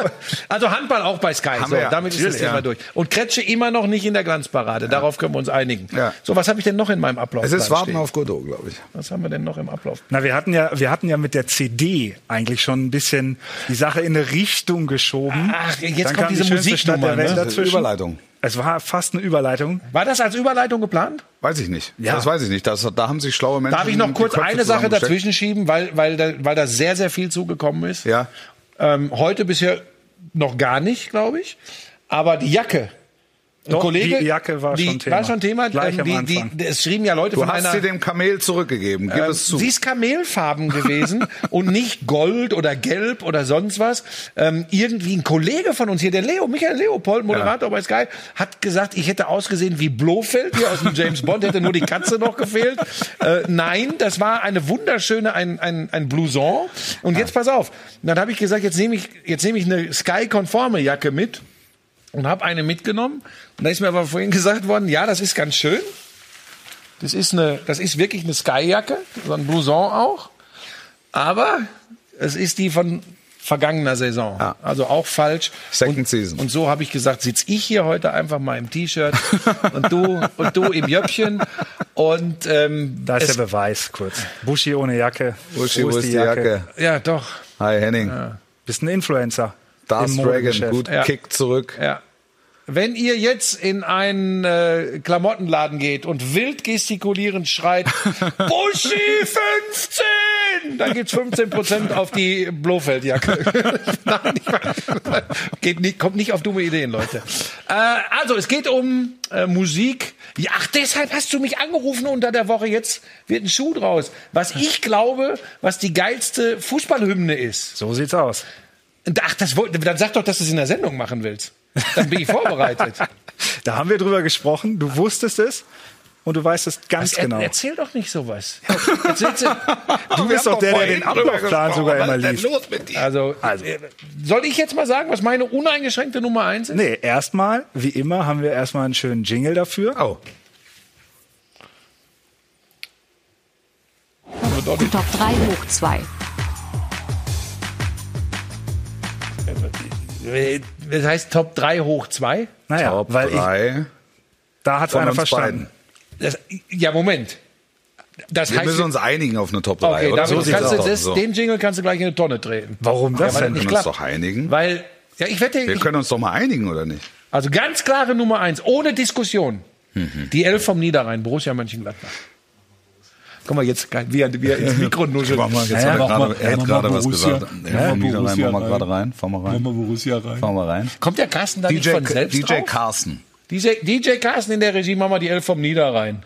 S2: also Handball auch bei Sky. So,
S4: wir ja.
S2: damit ist das
S4: Natürlich,
S2: Thema
S4: ja.
S2: durch. Und Kretsche immer noch nicht in der Glanzparade. Darauf können wir uns einigen.
S4: Ja.
S2: So, was habe ich denn noch in meinem Ablauf?
S4: Es ist Warten auf Godot, glaube ich.
S2: Was haben wir denn noch im Ablauf?
S3: Na, wir hatten ja, wir hatten ja mit der CD eigentlich schon ein bisschen die Sache in eine Richtung geschoben.
S2: Ach, jetzt
S3: Dann
S2: kommt
S3: kam
S2: diese
S3: die schönste Stadt
S2: Musiknummer,
S3: der Welt
S2: ne?
S4: Das ist eine
S3: dazwischen.
S4: Überleitung.
S3: Es war fast eine Überleitung.
S2: War das als Überleitung geplant?
S4: Weiß ich nicht.
S3: Ja.
S4: Das weiß ich nicht. Das, da haben sich schlaue Menschen.
S2: Darf ich noch
S4: die
S2: kurz
S4: Köpfe
S2: eine Sache
S4: zusammengesteckt.
S2: dazwischen schieben, weil, weil, da, weil da sehr, sehr viel zugekommen ist?
S4: Ja.
S2: Ähm, heute bisher noch gar nicht, glaube ich. Aber die Jacke. Ein
S3: Doch, die Jacke war
S2: die
S3: schon Thema.
S2: War schon Thema.
S3: Gleich
S2: Ähm,
S3: am
S2: die,
S3: Anfang.
S2: Die, es schrieben ja Leute
S4: Du
S2: von
S4: hast
S2: einer. Äh,
S4: sie dem Kamel zurückgegeben. Gib es zu.
S2: Sie ist kamelfarben gewesen und nicht gold oder gelb oder sonst was. Ähm, irgendwie ein Kollege von uns hier, der Leo, Michael Leopold, Moderator bei Sky, hat gesagt, ich hätte ausgesehen wie Blofeld hier aus dem James Bond, hätte nur die Katze noch gefehlt. Äh, nein, das war eine wunderschöne, ein, ein, ein Blouson. Und jetzt pass auf. Und dann habe ich gesagt, jetzt nehme ich, jetzt nehme ich eine Sky-konforme Jacke mit und habe eine mitgenommen. Und da ist mir aber vorhin gesagt worden, ja, das ist ganz schön. Das ist eine, das ist wirklich eine Skyjacke, so ein Blouson auch. Aber es ist die von vergangener Saison.
S4: Ja.
S2: Also auch falsch.
S4: Second
S2: und,
S4: season.
S2: Und so habe ich gesagt, sitz ich hier heute einfach mal im T-Shirt und du und du im Jöppchen und ähm,
S3: Da ist
S2: es,
S3: der Beweis kurz. Buschi ohne Jacke.
S4: Uschi, wo ist die Jacke?
S2: ja doch.
S4: Hi Henning.
S3: Bist ein Influencer.
S4: Darth
S3: im
S4: Dragon,
S3: Modegeschäft.
S4: gut
S2: Ja.
S4: Kick zurück.
S2: Ja. Wenn ihr jetzt in einen äh, Klamottenladen geht und wild gestikulierend schreit, Buschi 15! dann gibt's 15 Prozent auf die Blofeldjacke. Nein, ich weiß. geht nicht, kommt nicht auf dumme Ideen, Leute. Äh, also, es geht um äh, Musik. Ja, ach, deshalb hast du mich angerufen unter der Woche. Jetzt wird ein Schuh draus. Was ich glaube, was die geilste Fußballhymne ist.
S3: So sieht's aus.
S2: Und Ach, das wollte, dann sag doch, dass du es in der Sendung machen willst. Dann bin ich vorbereitet.
S3: Da haben wir drüber gesprochen. Du wusstest es und du weißt es ganz
S2: Er-
S3: genau.
S2: Erzähl doch nicht sowas. Jetzt willst du-
S3: Du bist doch der, der den Ablaufplan sogar immer
S4: Was ist
S3: liest.
S4: denn los mit dir?
S2: Also, äh, soll ich jetzt mal sagen, was meine uneingeschränkte Nummer eins ist?
S3: Nee, erstmal, wie immer, haben wir erstmal einen schönen Jingle dafür.
S4: Oh.
S5: Top 3 hoch 2.
S2: Äh, Das heißt Top 3 hoch 2?
S3: Naja,
S4: Top
S3: weil ich,
S4: drei
S3: da hat
S4: von
S3: einer
S4: uns
S3: verstanden.
S4: beiden.
S2: Das, ja, Moment. Das
S4: Wir
S2: heißt,
S4: müssen uns einigen auf eine Top 3,
S2: okay,
S4: oder?
S2: damit kannst du
S4: aus.
S2: das,
S4: So.
S2: den Jingle kannst du gleich in eine Tonne treten.
S3: Warum das
S2: weil
S3: denn?
S4: Wir
S2: nicht
S4: können uns
S2: klappt.
S4: doch einigen.
S2: Weil, ja, ich wette,
S4: Wir
S2: ich,
S4: können uns doch mal einigen, oder nicht?
S2: also ganz klare Nummer eins, ohne Diskussion.
S4: Mhm.
S2: Die Elf vom Niederrhein, Borussia Mönchengladbach. Guck mal, jetzt, geil, wie er, wie er ins Mikro nuschelt.
S4: Mach mal, jetzt
S3: Ja,
S4: hat
S3: mach
S4: er
S3: mal,
S4: gerade,
S3: mach
S4: er hat
S3: mal
S4: gerade was
S3: Borussia
S4: gesagt.
S3: rein.
S4: Ja,
S3: Ja,
S4: Niederrhein,
S3: Borussia
S4: fahren wir
S3: rein.
S4: gerade rein. Fahren wir rein.
S3: Borussia rein.
S4: Fahren wir rein.
S2: Kommt der Carsten da nicht
S4: DJ,
S2: von selbst
S4: DJ
S2: drauf?
S4: Carsten.
S2: DJ, DJ Carsten in der Regie, mach mal die Elf vom Niederrhein.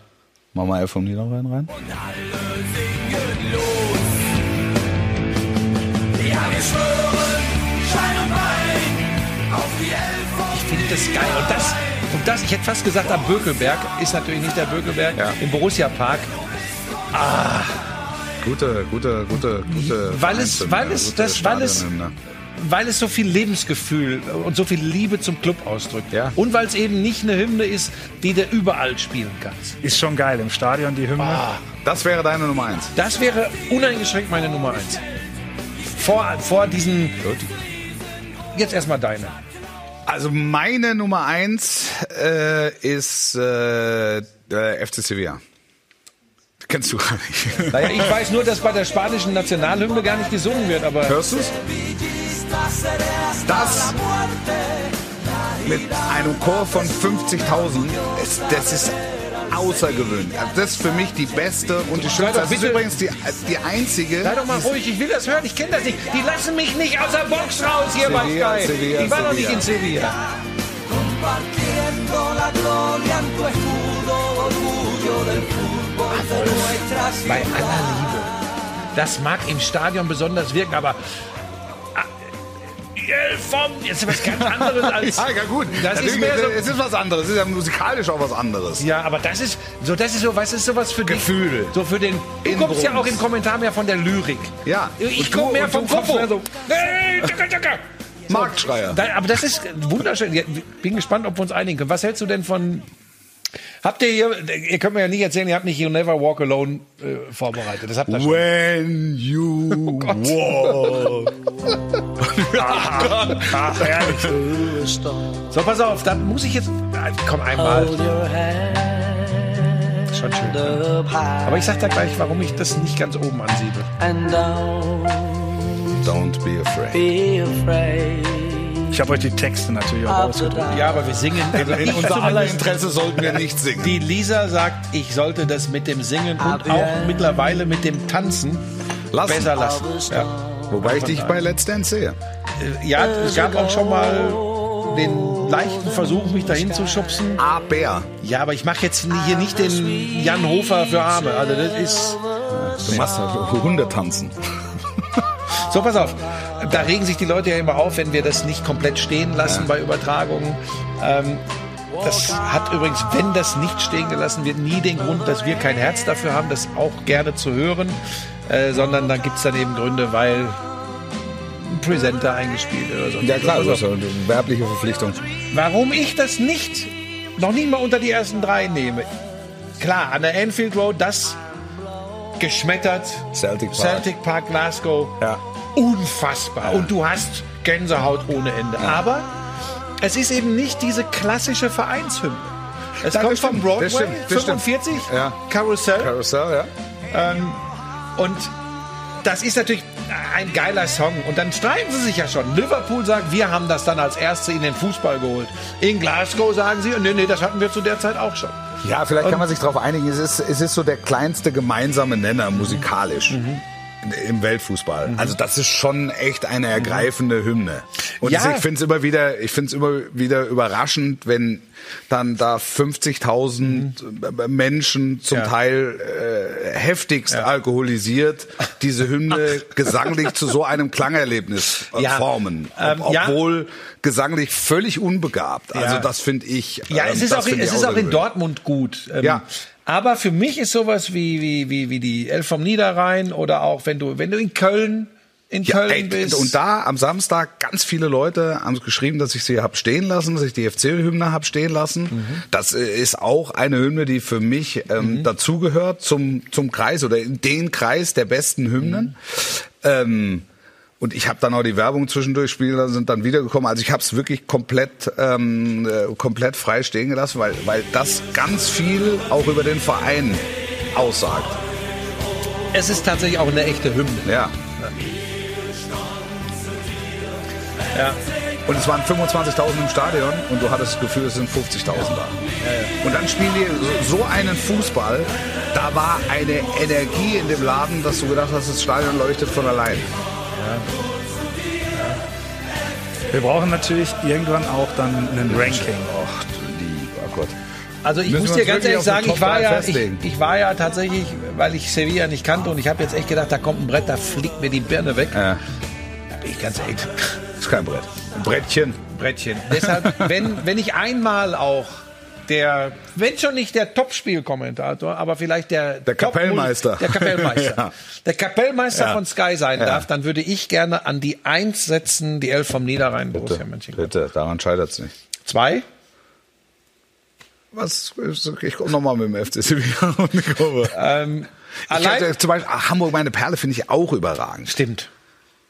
S4: Mach mal Elf vom Niederrhein rein.
S2: finde das geil. Und das, und das, ich hätte fast gesagt, am Bökelberg, ist natürlich nicht der Bökelberg,
S4: Ja.
S2: im Borussia Park,
S4: Gute, gute, gute, gute.
S2: Weil es-
S4: Vereinshymne,
S2: weil es-
S4: gute
S2: das- weil es-
S4: Stadionhymne.
S2: weil es so viel Lebensgefühl und so viel Liebe zum Club ausdrückt.
S4: Ja.
S2: Und weil es eben nicht eine Hymne ist, die du überall spielen kannst.
S3: Ist schon geil im Stadion die Hymne.
S4: Das wäre deine Nummer eins.
S2: Das wäre uneingeschränkt meine Nummer eins. Vor, vor diesen. Jetzt erstmal deine.
S4: Also meine Nummer eins äh, ist äh, der FC Sevilla. Kennst du gar nicht.
S2: Naja, ich weiß nur, dass bei der spanischen Nationalhymne gar nicht gesungen wird, aber.
S4: Hörst du's? Das mit einem Chor von 50.000, ist- das ist außergewöhnlich. Also Das ist für mich die beste und die
S2: Sei doch
S4: schönste. Das ist
S2: bitte-
S4: übrigens die, die einzige.
S2: Sei doch mal ruhig, ich will das hören, ich kenne das nicht. Die lassen mich nicht aus der Box raus hier
S4: Sevilla,
S2: bei Sky.
S4: Sevilla,
S2: ich war noch nicht
S4: Sevilla.
S2: in Sevilla. bei aller Liebe. Das mag im Stadion besonders wirken, aber. Ah, die Elf vom, jetzt ist was ganz anderes als.
S4: Ah, ja, ja, gut.
S2: Das ist
S4: Natürlich,
S2: mehr so.
S4: es ist was anderes. Es ist ja musikalisch auch was anderes.
S2: Ja, aber das ist so, das ist so, was ist sowas für
S4: Gefühl.
S2: dich? So für den. Du kommst
S4: Inbrunst.
S2: ja auch im Kommentar mehr von der Lyrik.
S4: Ja.
S2: Ich
S4: Und du-
S2: komme mehr
S4: und
S2: vom
S4: du kommst
S2: Kopf.
S4: mehr so-
S2: Hey, tschakka, tschakka.
S4: Marktschreier.
S2: Da- Aber das ist wunderschön. Ja, Bin gespannt, ob wir uns einigen können. Was hältst du denn von. Habt ihr hier, ihr könnt mir ja nicht erzählen, ihr habt nicht You Never Walk Alone äh, vorbereitet. Das habt ihr schon.
S4: When you walk.
S3: Ach, ehrlich.
S2: So, pass auf, dann muss ich jetzt. Ah, Komm einmal. Schon schön. Aber ich sag da gleich, warum ich das nicht ganz oben ansiedle.
S6: And don't
S4: Don't be afraid.
S6: be afraid
S3: Ich habe euch die Texte natürlich auch
S6: of the
S3: rausgedrückt.
S2: Ja, aber wir singen. Also
S4: In
S2: ich
S4: unser aller
S2: zumindest-
S4: Interesse sollten wir nicht singen.
S2: Die Lisa sagt, ich sollte das mit dem Singen und auch mittlerweile mit dem Tanzen
S4: Lassen.
S2: besser lassen. Ja.
S4: Wobei ich dich bei Let's Dance sehe.
S2: Äh, Ja, es gab auch schon mal den leichten Versuch, mich dahin zu schubsen.
S4: Aber
S2: Ja, aber ich mache jetzt hier nicht den Jan Hofer für Arme. Also das ist.
S4: du machst halt Hunde tanzen.
S2: So, pass auf. Da regen sich die Leute ja immer auf, wenn wir das nicht komplett stehen lassen bei Übertragungen. Ähm, das hat übrigens, wenn das nicht stehen gelassen wird, nie den Grund, dass wir kein Herz dafür haben, das auch gerne zu hören, äh, sondern dann gibt's dann eben Gründe, weil ein Presenter eingespielt oder so.
S4: Ja klar,
S2: so,
S4: das ist eine werbliche Verpflichtung.
S2: Warum ich das nicht, noch nicht mal unter die ersten drei nehme. Klar, an der Anfield Road, das geschmettert.
S4: Celtic Park.
S2: Celtic Park, Glasgow.
S4: Ja.
S2: Unfassbar. Und du hast Gänsehaut ohne Ende. Aber es ist eben nicht diese klassische Vereinshymne. Es
S4: Ja, das
S2: kommt vom
S4: stimmt,
S2: Broadway,
S4: das stimmt, das stimmt.
S2: 45,
S4: Ja.
S2: Karussell.
S4: Carousel,
S2: Und das ist natürlich ein geiler Song. Und dann streiten sie sich ja schon. Liverpool sagt, wir haben das dann als Erste in den Fußball geholt. In Glasgow sagen sie, nee, nee, das hatten wir zu der Zeit auch schon.
S4: ja.
S2: Mhm.
S4: Ja, vielleicht kann man sich darauf einigen. Es ist, es ist so der kleinste gemeinsame Nenner musikalisch. im Weltfußball. Also das ist schon echt eine ergreifende Hymne. Und
S2: Mhm. Ja.
S4: deswegen finde es immer wieder, ich finde es immer wieder überraschend, wenn dann da 50.000 Menschen zum
S2: Ja.
S4: Teil äh, heftigst alkoholisiert diese Hymne gesanglich zu so einem Klangerlebnis äh,
S2: Ja.
S4: formen,
S2: Ähm,
S4: Ob-
S2: ja.
S4: obwohl gesanglich völlig unbegabt. Also
S2: Ja.
S4: das finde ich.
S2: Ja,
S4: ähm,
S2: es ist
S4: das
S2: auch,
S4: finde ich
S2: es ist auch in
S4: außergewöhnlich.
S2: Dortmund gut. Ähm,
S4: Ja.
S2: Aber für mich ist sowas wie, wie, wie, wie die Elf vom Niederrhein oder auch wenn du, wenn du in Köln, in Köln
S4: ey,
S2: bist.
S4: Und da am Samstag ganz viele Leute haben geschrieben, dass ich sie hab stehen lassen, dass ich die FC-Hymne hab stehen lassen. Das äh, ist auch eine Hymne, die für mich ähm, dazugehört zum, zum Kreis oder in den Kreis der besten Hymnen. Ähm, und ich habe dann auch die Werbung zwischendurch spielen lassen, sind dann wiedergekommen. Also ich habe es wirklich komplett, ähm, äh, komplett frei stehen gelassen, weil, weil das ganz viel auch über den Verein aussagt.
S2: es ist tatsächlich auch eine echte Hymne.
S4: Ja.
S2: Ja.
S4: Und es waren 25.000 im Stadion und du hattest das Gefühl, es sind 50.000 da. Und dann spielen die so so einen Fußball, da war eine Energie in dem Laden, dass du gedacht hast, das Stadion leuchtet von allein.
S3: Wir brauchen natürlich irgendwann auch dann einen Ranking.
S4: Ach du lieber oh Gott.
S2: Also ich
S4: Müssen
S2: muss
S4: wir
S2: dir ganz
S4: uns wirklich
S2: ehrlich
S4: auf den
S2: sagen,
S4: Top
S2: ich war,
S4: drei
S2: ja, ich,
S4: festlegen?
S2: ich war ja tatsächlich, weil ich Sevilla nicht kannte und ich habe jetzt echt gedacht, da kommt ein Brett, da fliegt mir die Birne weg.
S4: Ja.
S2: Da bin ich ganz ehrlich.
S4: Ist kein Brett. Ein Brettchen.
S2: Brettchen. Deshalb, wenn, wenn ich einmal auch der, wenn schon nicht der Topspielkommentator, aber vielleicht der,
S4: Der
S2: Top-
S4: Kapellmeister.
S2: Der Kapellmeister.
S4: Ja.
S2: Der Kapellmeister
S4: Ja.
S2: von Sky sein
S4: Ja.
S2: darf, dann würde ich gerne an die Eins setzen, die Elf vom Niederrhein, Borussia Mönchengladbach.
S4: Bitte, daran scheitert es nicht.
S2: Zwei?
S4: Was? Ich komme nochmal mit dem FC Sevilla und die Kurve.
S2: Ähm,
S4: Ich
S2: allein.
S4: hatte zum Beispiel ah, Hamburg meine Perle finde ich auch überragend.
S2: Stimmt.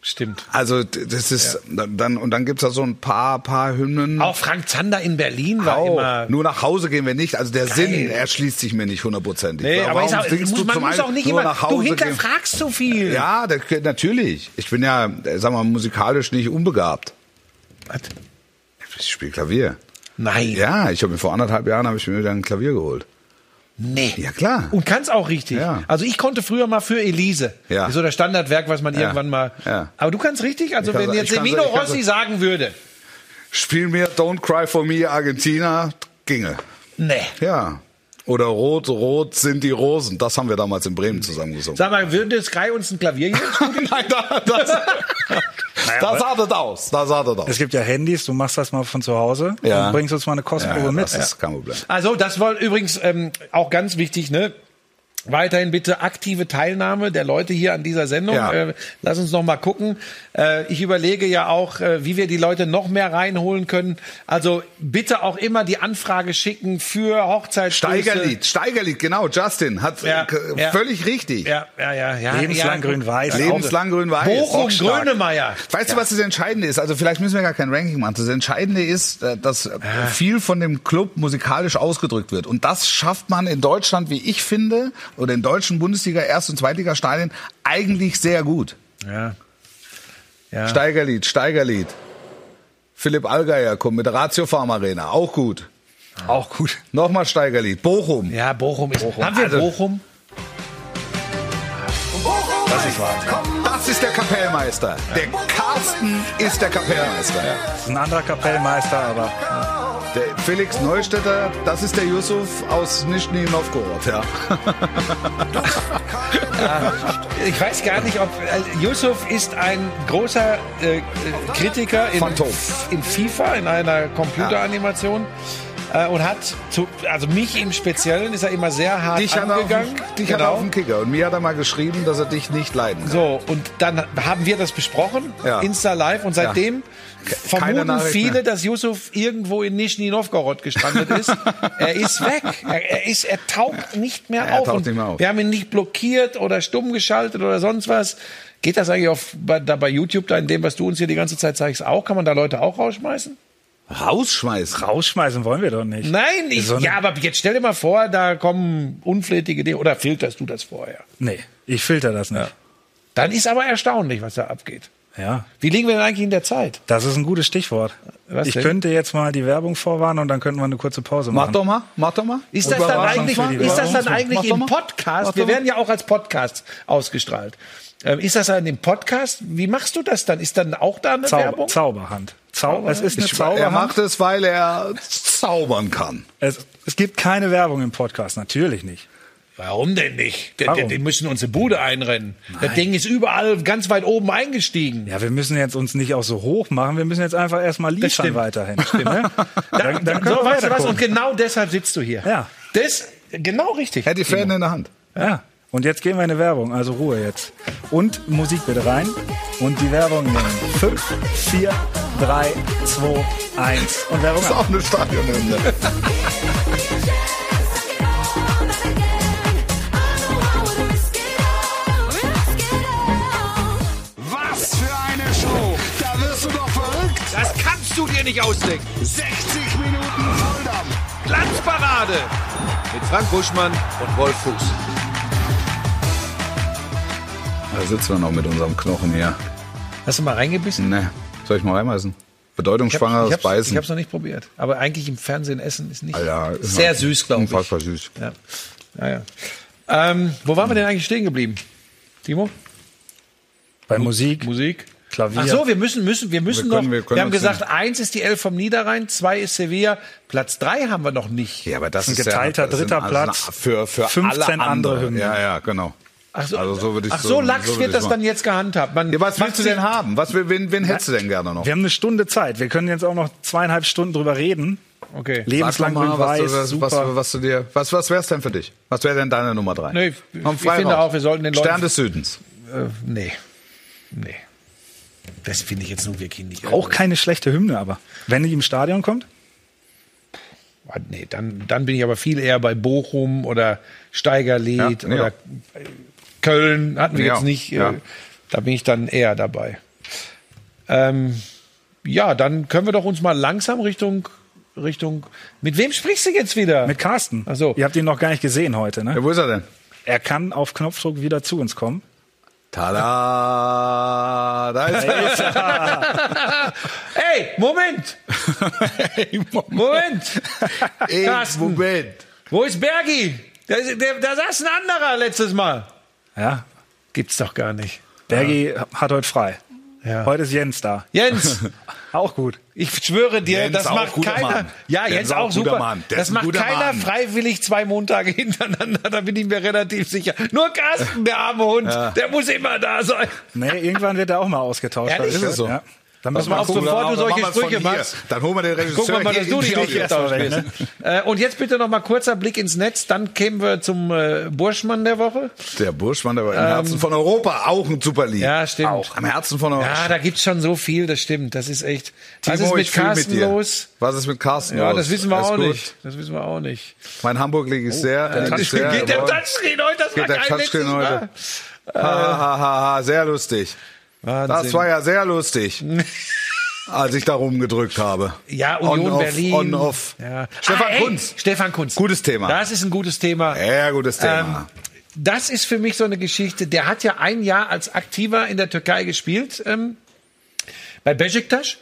S2: Stimmt.
S4: Also d- das ist dann und dann gibt's da so ein paar paar Hymnen.
S2: Auch Frank Zander in Berlin war
S4: Auch.
S2: immer.
S4: Nur nach Hause gehen wir nicht. Also der
S2: Geil.
S4: Sinn erschließt sich mir nicht hundertprozentig.
S2: Nee, aber
S4: Warum
S2: ist auch,
S4: singst
S2: muss,
S4: du
S2: man
S4: zum
S2: muss
S4: einen
S2: auch nicht
S4: nur
S2: immer.
S4: nach
S2: Du
S4: Hause
S2: hinterfragst zu so viel.
S4: gehen? Ja, das, natürlich. Ich bin ja, äh, sag mal, musikalisch nicht unbegabt.
S2: Was?
S4: Ich spiele Klavier.
S2: Nein.
S4: Ja, ich habe mir vor anderthalb Jahren habe ich mir wieder ein Klavier geholt.
S2: Nee.
S4: Ja, klar.
S2: Und kann's auch richtig.
S4: Ja.
S2: Also ich konnte früher mal für Elise.
S4: Ja.
S2: Ist So das Standardwerk, was man
S4: Ja.
S2: irgendwann mal.
S4: Ja.
S2: Aber du kannst richtig, also
S4: Ich kann's-
S2: wenn jetzt
S4: ich kann's-
S2: Emino
S4: ich kann's-
S2: Rossi sagen würde.
S4: Spiel mir Don't Cry for Me Argentina ginge.
S2: Nee.
S4: Ja. Oder Rot, Rot sind die Rosen. Das haben wir damals in Bremen zusammen gesungen.
S2: Sag mal, würde Sky uns ein Klavier geben?
S4: Nein, da, das, da sah das aus. Da sah das
S3: Es
S4: aus.
S3: gibt ja Handys, du machst das mal von zu Hause
S4: Ja.
S3: und bringst uns mal eine Kostprobe
S4: Ja,
S3: mit.
S4: das ist kein Problem.
S2: Also, das war übrigens ähm, auch ganz wichtig, ne? Weiterhin bitte aktive Teilnahme der Leute hier an dieser Sendung.
S4: Ja.
S2: Äh, lass uns noch mal gucken. Äh, ich überlege ja auch, äh, wie wir die Leute noch mehr reinholen können. Also bitte auch immer die Anfrage schicken für Hochzeitsgrüße.
S4: Steigerlied, Steigerlied, genau. Justin hat
S2: Ja,
S4: äh, k-
S2: ja.
S4: völlig richtig.
S2: Ja, ja, ja, ja.
S3: Lebenslang
S2: ja.
S3: grün-weiß.
S4: Lebenslang grün-weiß.
S2: Bochum,
S4: Bockstark.
S2: Grönemeyer.
S4: Weißt du, was das Entscheidende ist? Also vielleicht müssen wir gar kein Ranking machen. Das Entscheidende ist, äh, dass äh, viel von dem Club musikalisch ausgedrückt wird. Und das schafft man in Deutschland, wie ich finde, oder in deutschen Bundesliga, Erst- und Zweitligastadien, eigentlich sehr gut.
S2: Ja. Ja.
S4: Steigerlied, Steigerlied. Philipp Allgeier kommt mit Ratio Farm Arena. Auch gut.
S3: Auch gut.
S4: Nochmal Steigerlied. Bochum.
S2: ja, Bochum ist. Haben wir
S4: Also-
S2: Bochum?
S4: Das ist Wahnsinn. Das ist der Kapellmeister. Der Carsten ist der Kapellmeister.
S3: Ist ein anderer Kapellmeister, aber
S4: Der Felix Neustädter, das ist der Yusuf aus Nischni Novgorod. Ja.
S2: Ich weiß gar nicht, ob also Yusuf ist ein großer äh, äh, Kritiker in,
S4: Phantom.
S2: in FIFA, in einer Computeranimation. Äh, und hat, zu, also mich im Speziellen, ist er immer sehr hart
S4: Dich, hat Genau. er, auf,
S2: angegangen. Genau.
S4: den- dich hat er auf den Kicker. Und mir hat er mal geschrieben, dass er dich nicht leiden kann.
S2: So, und dann haben wir das besprochen,
S4: Ja.
S2: Insta Live, und seitdem
S4: keine
S2: vermuten
S4: Nachricht
S2: viele,
S4: mehr.
S2: dass Yusuf irgendwo in Nischni Novgorod gestrandet ist. er ist weg. Er, er, ist, er taugt nicht mehr
S4: Ja, er
S2: auf.
S4: taucht
S2: Und
S4: nicht mehr auf.
S2: Wir haben ihn nicht blockiert oder stumm geschaltet oder sonst was. Geht das eigentlich auf, bei, da bei YouTube, da in dem, was du uns hier die ganze Zeit zeigst, auch? Kann man da Leute auch rausschmeißen?
S4: Rausschmeiß.
S3: rausschmeißen wollen wir doch nicht.
S2: Nein, ich,
S3: So eine-
S2: ja, aber jetzt stell dir mal vor, da kommen unflätige Dinge. Oder filterst du das vorher?
S3: Nee, ich filter das nicht.
S2: Dann ist aber erstaunlich, was da abgeht.
S3: Ja. Ja.
S2: Wie liegen wir denn eigentlich in der Zeit?
S3: Das ist ein gutes Stichwort.
S2: Was
S3: ich
S2: denn?
S3: könnte jetzt mal die Werbung vorwarnen und dann könnten wir eine kurze Pause
S4: Mach
S3: machen.
S4: doch mal, mach doch mal.
S2: Ist das dann
S3: Überraschung
S2: eigentlich,
S3: für die
S2: ist das dann
S3: Überraschung.
S2: eigentlich
S4: Mach doch
S2: im
S4: mal. Mach
S2: Podcast?
S4: doch
S2: Wir
S4: mal.
S2: werden ja auch als Podcast ausgestrahlt. Ähm, ist das dann im Podcast? Wie machst du das dann? Ist dann auch da eine
S3: Zauber,
S2: Werbung?
S3: Zauberhand. Zau es ist eine
S4: Er
S3: Zauberhand.
S4: macht es, weil er zaubern kann.
S3: Es, es gibt keine Werbung im Podcast, natürlich nicht.
S2: Warum denn nicht? Die,
S3: Warum?
S2: die, die müssen unsere Bude einrennen. Das Ding ist überall ganz weit oben eingestiegen.
S3: Ja, wir müssen jetzt uns nicht auch so hoch machen, wir müssen jetzt einfach erstmal liefern
S2: stimmt.
S3: weiterhin. Stimmt, ne?
S2: Da,
S3: dann, dann können
S2: so,
S3: wir
S2: weißt du was? Und
S3: weitergucken.
S2: genau deshalb sitzt du hier.
S3: Ja.
S2: Das, genau richtig.
S4: Er hat die Fäden in der Hand.
S3: Ja. Und jetzt gehen wir in eine Werbung, also Ruhe jetzt. Und Musik bitte rein. Und die Werbung nehmen. 5, 4, 3, 2, 1. Und Werbung
S4: Das ist
S3: ab.
S4: auch eine Stadionhymne.
S1: Was für eine Show. Da wirst du doch verrückt.
S2: Das kannst du dir nicht ausdenken.
S1: 60 Minuten Volldampf.
S2: Glanzparade mit Frank Buschmann und Wolf Fuß.
S4: Da sitzen wir noch mit unserem Knochen hier.
S2: Hast du mal reingebissen?
S4: Ne, soll ich mal reinmeißen?
S2: Ich hab-
S4: Bedeutungsschwangeres
S2: ich hab's-
S4: Beißen.
S2: Ich habe es noch nicht probiert. Aber eigentlich im Fernsehen essen ist nicht
S4: Alter, ist
S2: sehr
S4: noch
S2: süß, glaube ich.
S4: Unfassbar süß.
S2: Ja. Ja, ja. Ähm, wo waren wir denn eigentlich stehen geblieben? Timo?
S3: Bei Musik,
S2: Musik?
S3: Klavier.
S2: Ach so, wir müssen, müssen, wir müssen
S4: Wir können-
S2: noch.
S4: wir
S2: Wir,
S4: können
S2: haben
S4: uns
S2: gesagt, eins ist die Elf vom Niederrhein, zwei ist Sevilla, Platz drei haben wir noch nicht.
S4: Ja, aber das
S3: Ein
S4: ist ja-
S3: geteilter
S4: das sind
S3: dritter
S4: alles
S3: Platz,
S4: na- für für
S3: 15
S4: alle
S3: andere Hymnen.
S4: Ja, ja, genau.
S2: Ach so,
S4: also so würde ich
S2: ach so lax
S4: würde
S2: wird
S4: ich
S2: das
S4: machen.
S2: dann jetzt gehandhabt. Man
S4: Ja, was
S2: macht
S4: willst du
S2: sich-
S4: denn haben? Was, will- wen, wen hättest du denn gerne noch?
S3: Wir haben eine Stunde Zeit. Wir können jetzt auch noch zweieinhalb Stunden drüber reden.
S2: Okay. Äh,
S4: Sag doch
S3: Lebenslang
S4: mal, was,
S3: grün-weiß,
S4: du,
S3: super.
S4: was, was, was du dir, was, was wär's denn für dich? Was wäre denn deine Nummer drei?
S2: Nee, ich-
S4: Komm,
S2: ich
S4: frei
S2: finde
S4: raus.
S2: auch, wir sollten den Leuten-
S4: Stern des Südens.
S2: Äh, nee. Nee. Das finde ich jetzt nun wirklich nicht.
S3: auch keine schlechte Hymne, aber wenn die im Stadion kommt,
S2: Ah, Nee, dann, dann bin ich aber viel eher bei Bochum oder Steigerlied
S4: Ja, ja.
S2: oder Köln hatten wir
S4: Ja,
S2: jetzt nicht. äh,
S4: ja.
S2: Da bin ich dann eher dabei. Ähm, ja, dann können wir doch uns mal langsam Richtung Richtung. Mit wem sprichst du jetzt wieder?
S3: mit Carsten.
S2: Ach so.
S3: Ihr habt ihn noch gar nicht gesehen heute, ne?
S4: Ja, wo ist er denn?
S3: Er kann auf Knopfdruck wieder zu uns kommen.
S4: Tada! Da ist er.
S2: Hey, Moment,
S4: Hey,
S2: Moment,
S4: Ey,
S2: Carsten.
S4: Moment.
S2: wo ist Bergi? Da, ist- der, da saß ein anderer letztes Mal.
S3: Ja.
S2: Gibt's doch gar nicht.
S3: Bergi hat heute frei.
S2: Ja.
S3: Heute ist Jens da.
S2: Jens,
S3: Auch gut.
S2: Ich schwöre dir,
S4: Jens
S2: das
S4: auch,
S2: macht
S4: guter
S2: keiner.
S4: Mann.
S2: Ja,
S4: Jens
S2: Jens
S4: auch,
S2: auch
S4: guter
S2: super.
S4: Mann. Der
S2: Das
S4: ist ein
S2: macht
S4: guter
S2: keiner
S4: Mann.
S2: freiwillig zwei Montage hintereinander, da bin ich mir relativ sicher. Nur Carsten, der arme Hund, der muss immer da sein.
S3: Nee, irgendwann wird er auch mal ausgetauscht.
S2: Ehrlich?
S3: hab ich
S4: Ist es so?
S3: gehört. Ja. Dann
S2: Pass mal
S3: müssen wir
S2: auf,
S3: gucken.
S2: bevor du
S4: Dann machen
S2: solche
S4: wir von
S2: Sprüche
S4: hier.
S2: machst.
S4: Dann holen wir den Regisseur.
S2: Gucken wir mal,
S4: hier
S2: dass du
S4: ins
S2: dich
S4: Studio.
S2: ausgetauscht
S3: Erstmal
S2: bist.
S3: weg,
S2: Äh, Und jetzt bitte noch mal kurzer Blick ins Netz, dann kämen wir zum äh, Burschmann der Woche.
S4: Der Burschmann, der war im Herzen von Europa auch ein super Lied.
S2: Ähm, Ja, stimmt.
S4: Auch am Herzen von Europa.
S2: Ja, da gibt's schon so viel, das stimmt, das ist echt. Was
S4: Oh. Timo,
S2: ist mit
S4: ich fühl
S2: Carsten
S4: dir.
S2: los?
S4: Was ist mit Carsten
S2: Ja,
S4: los?
S2: das wissen wir
S4: Alles
S2: auch
S4: gut?
S2: nicht. Das wissen wir auch nicht.
S4: Mein Hamburg liegt ich sehr.
S2: Der
S4: liegt ich sehr
S2: Touchscreen- geht der
S4: jawohl.
S2: Touchscreen heute, das
S4: Geht
S2: war
S4: der
S2: kein
S4: Touchscreen
S2: letztes
S4: heute. Ha, ha, ha, ha, sehr lustig. Das war ja sehr lustig. Als ich da rumgedrückt habe.
S2: Ja, Union
S4: on, off,
S2: Berlin.
S4: On, off.
S2: Ja.
S4: Stefan
S2: Ah, ey,
S4: Kunz.
S2: Stefan Kunz.
S4: Gutes Thema.
S2: Das ist ein gutes Thema.
S4: Sehr gutes Thema.
S2: Ähm, das ist für mich so eine Geschichte. Der hat ja ein Jahr als Aktiver in der Türkei gespielt, ähm, bei Beşiktaş.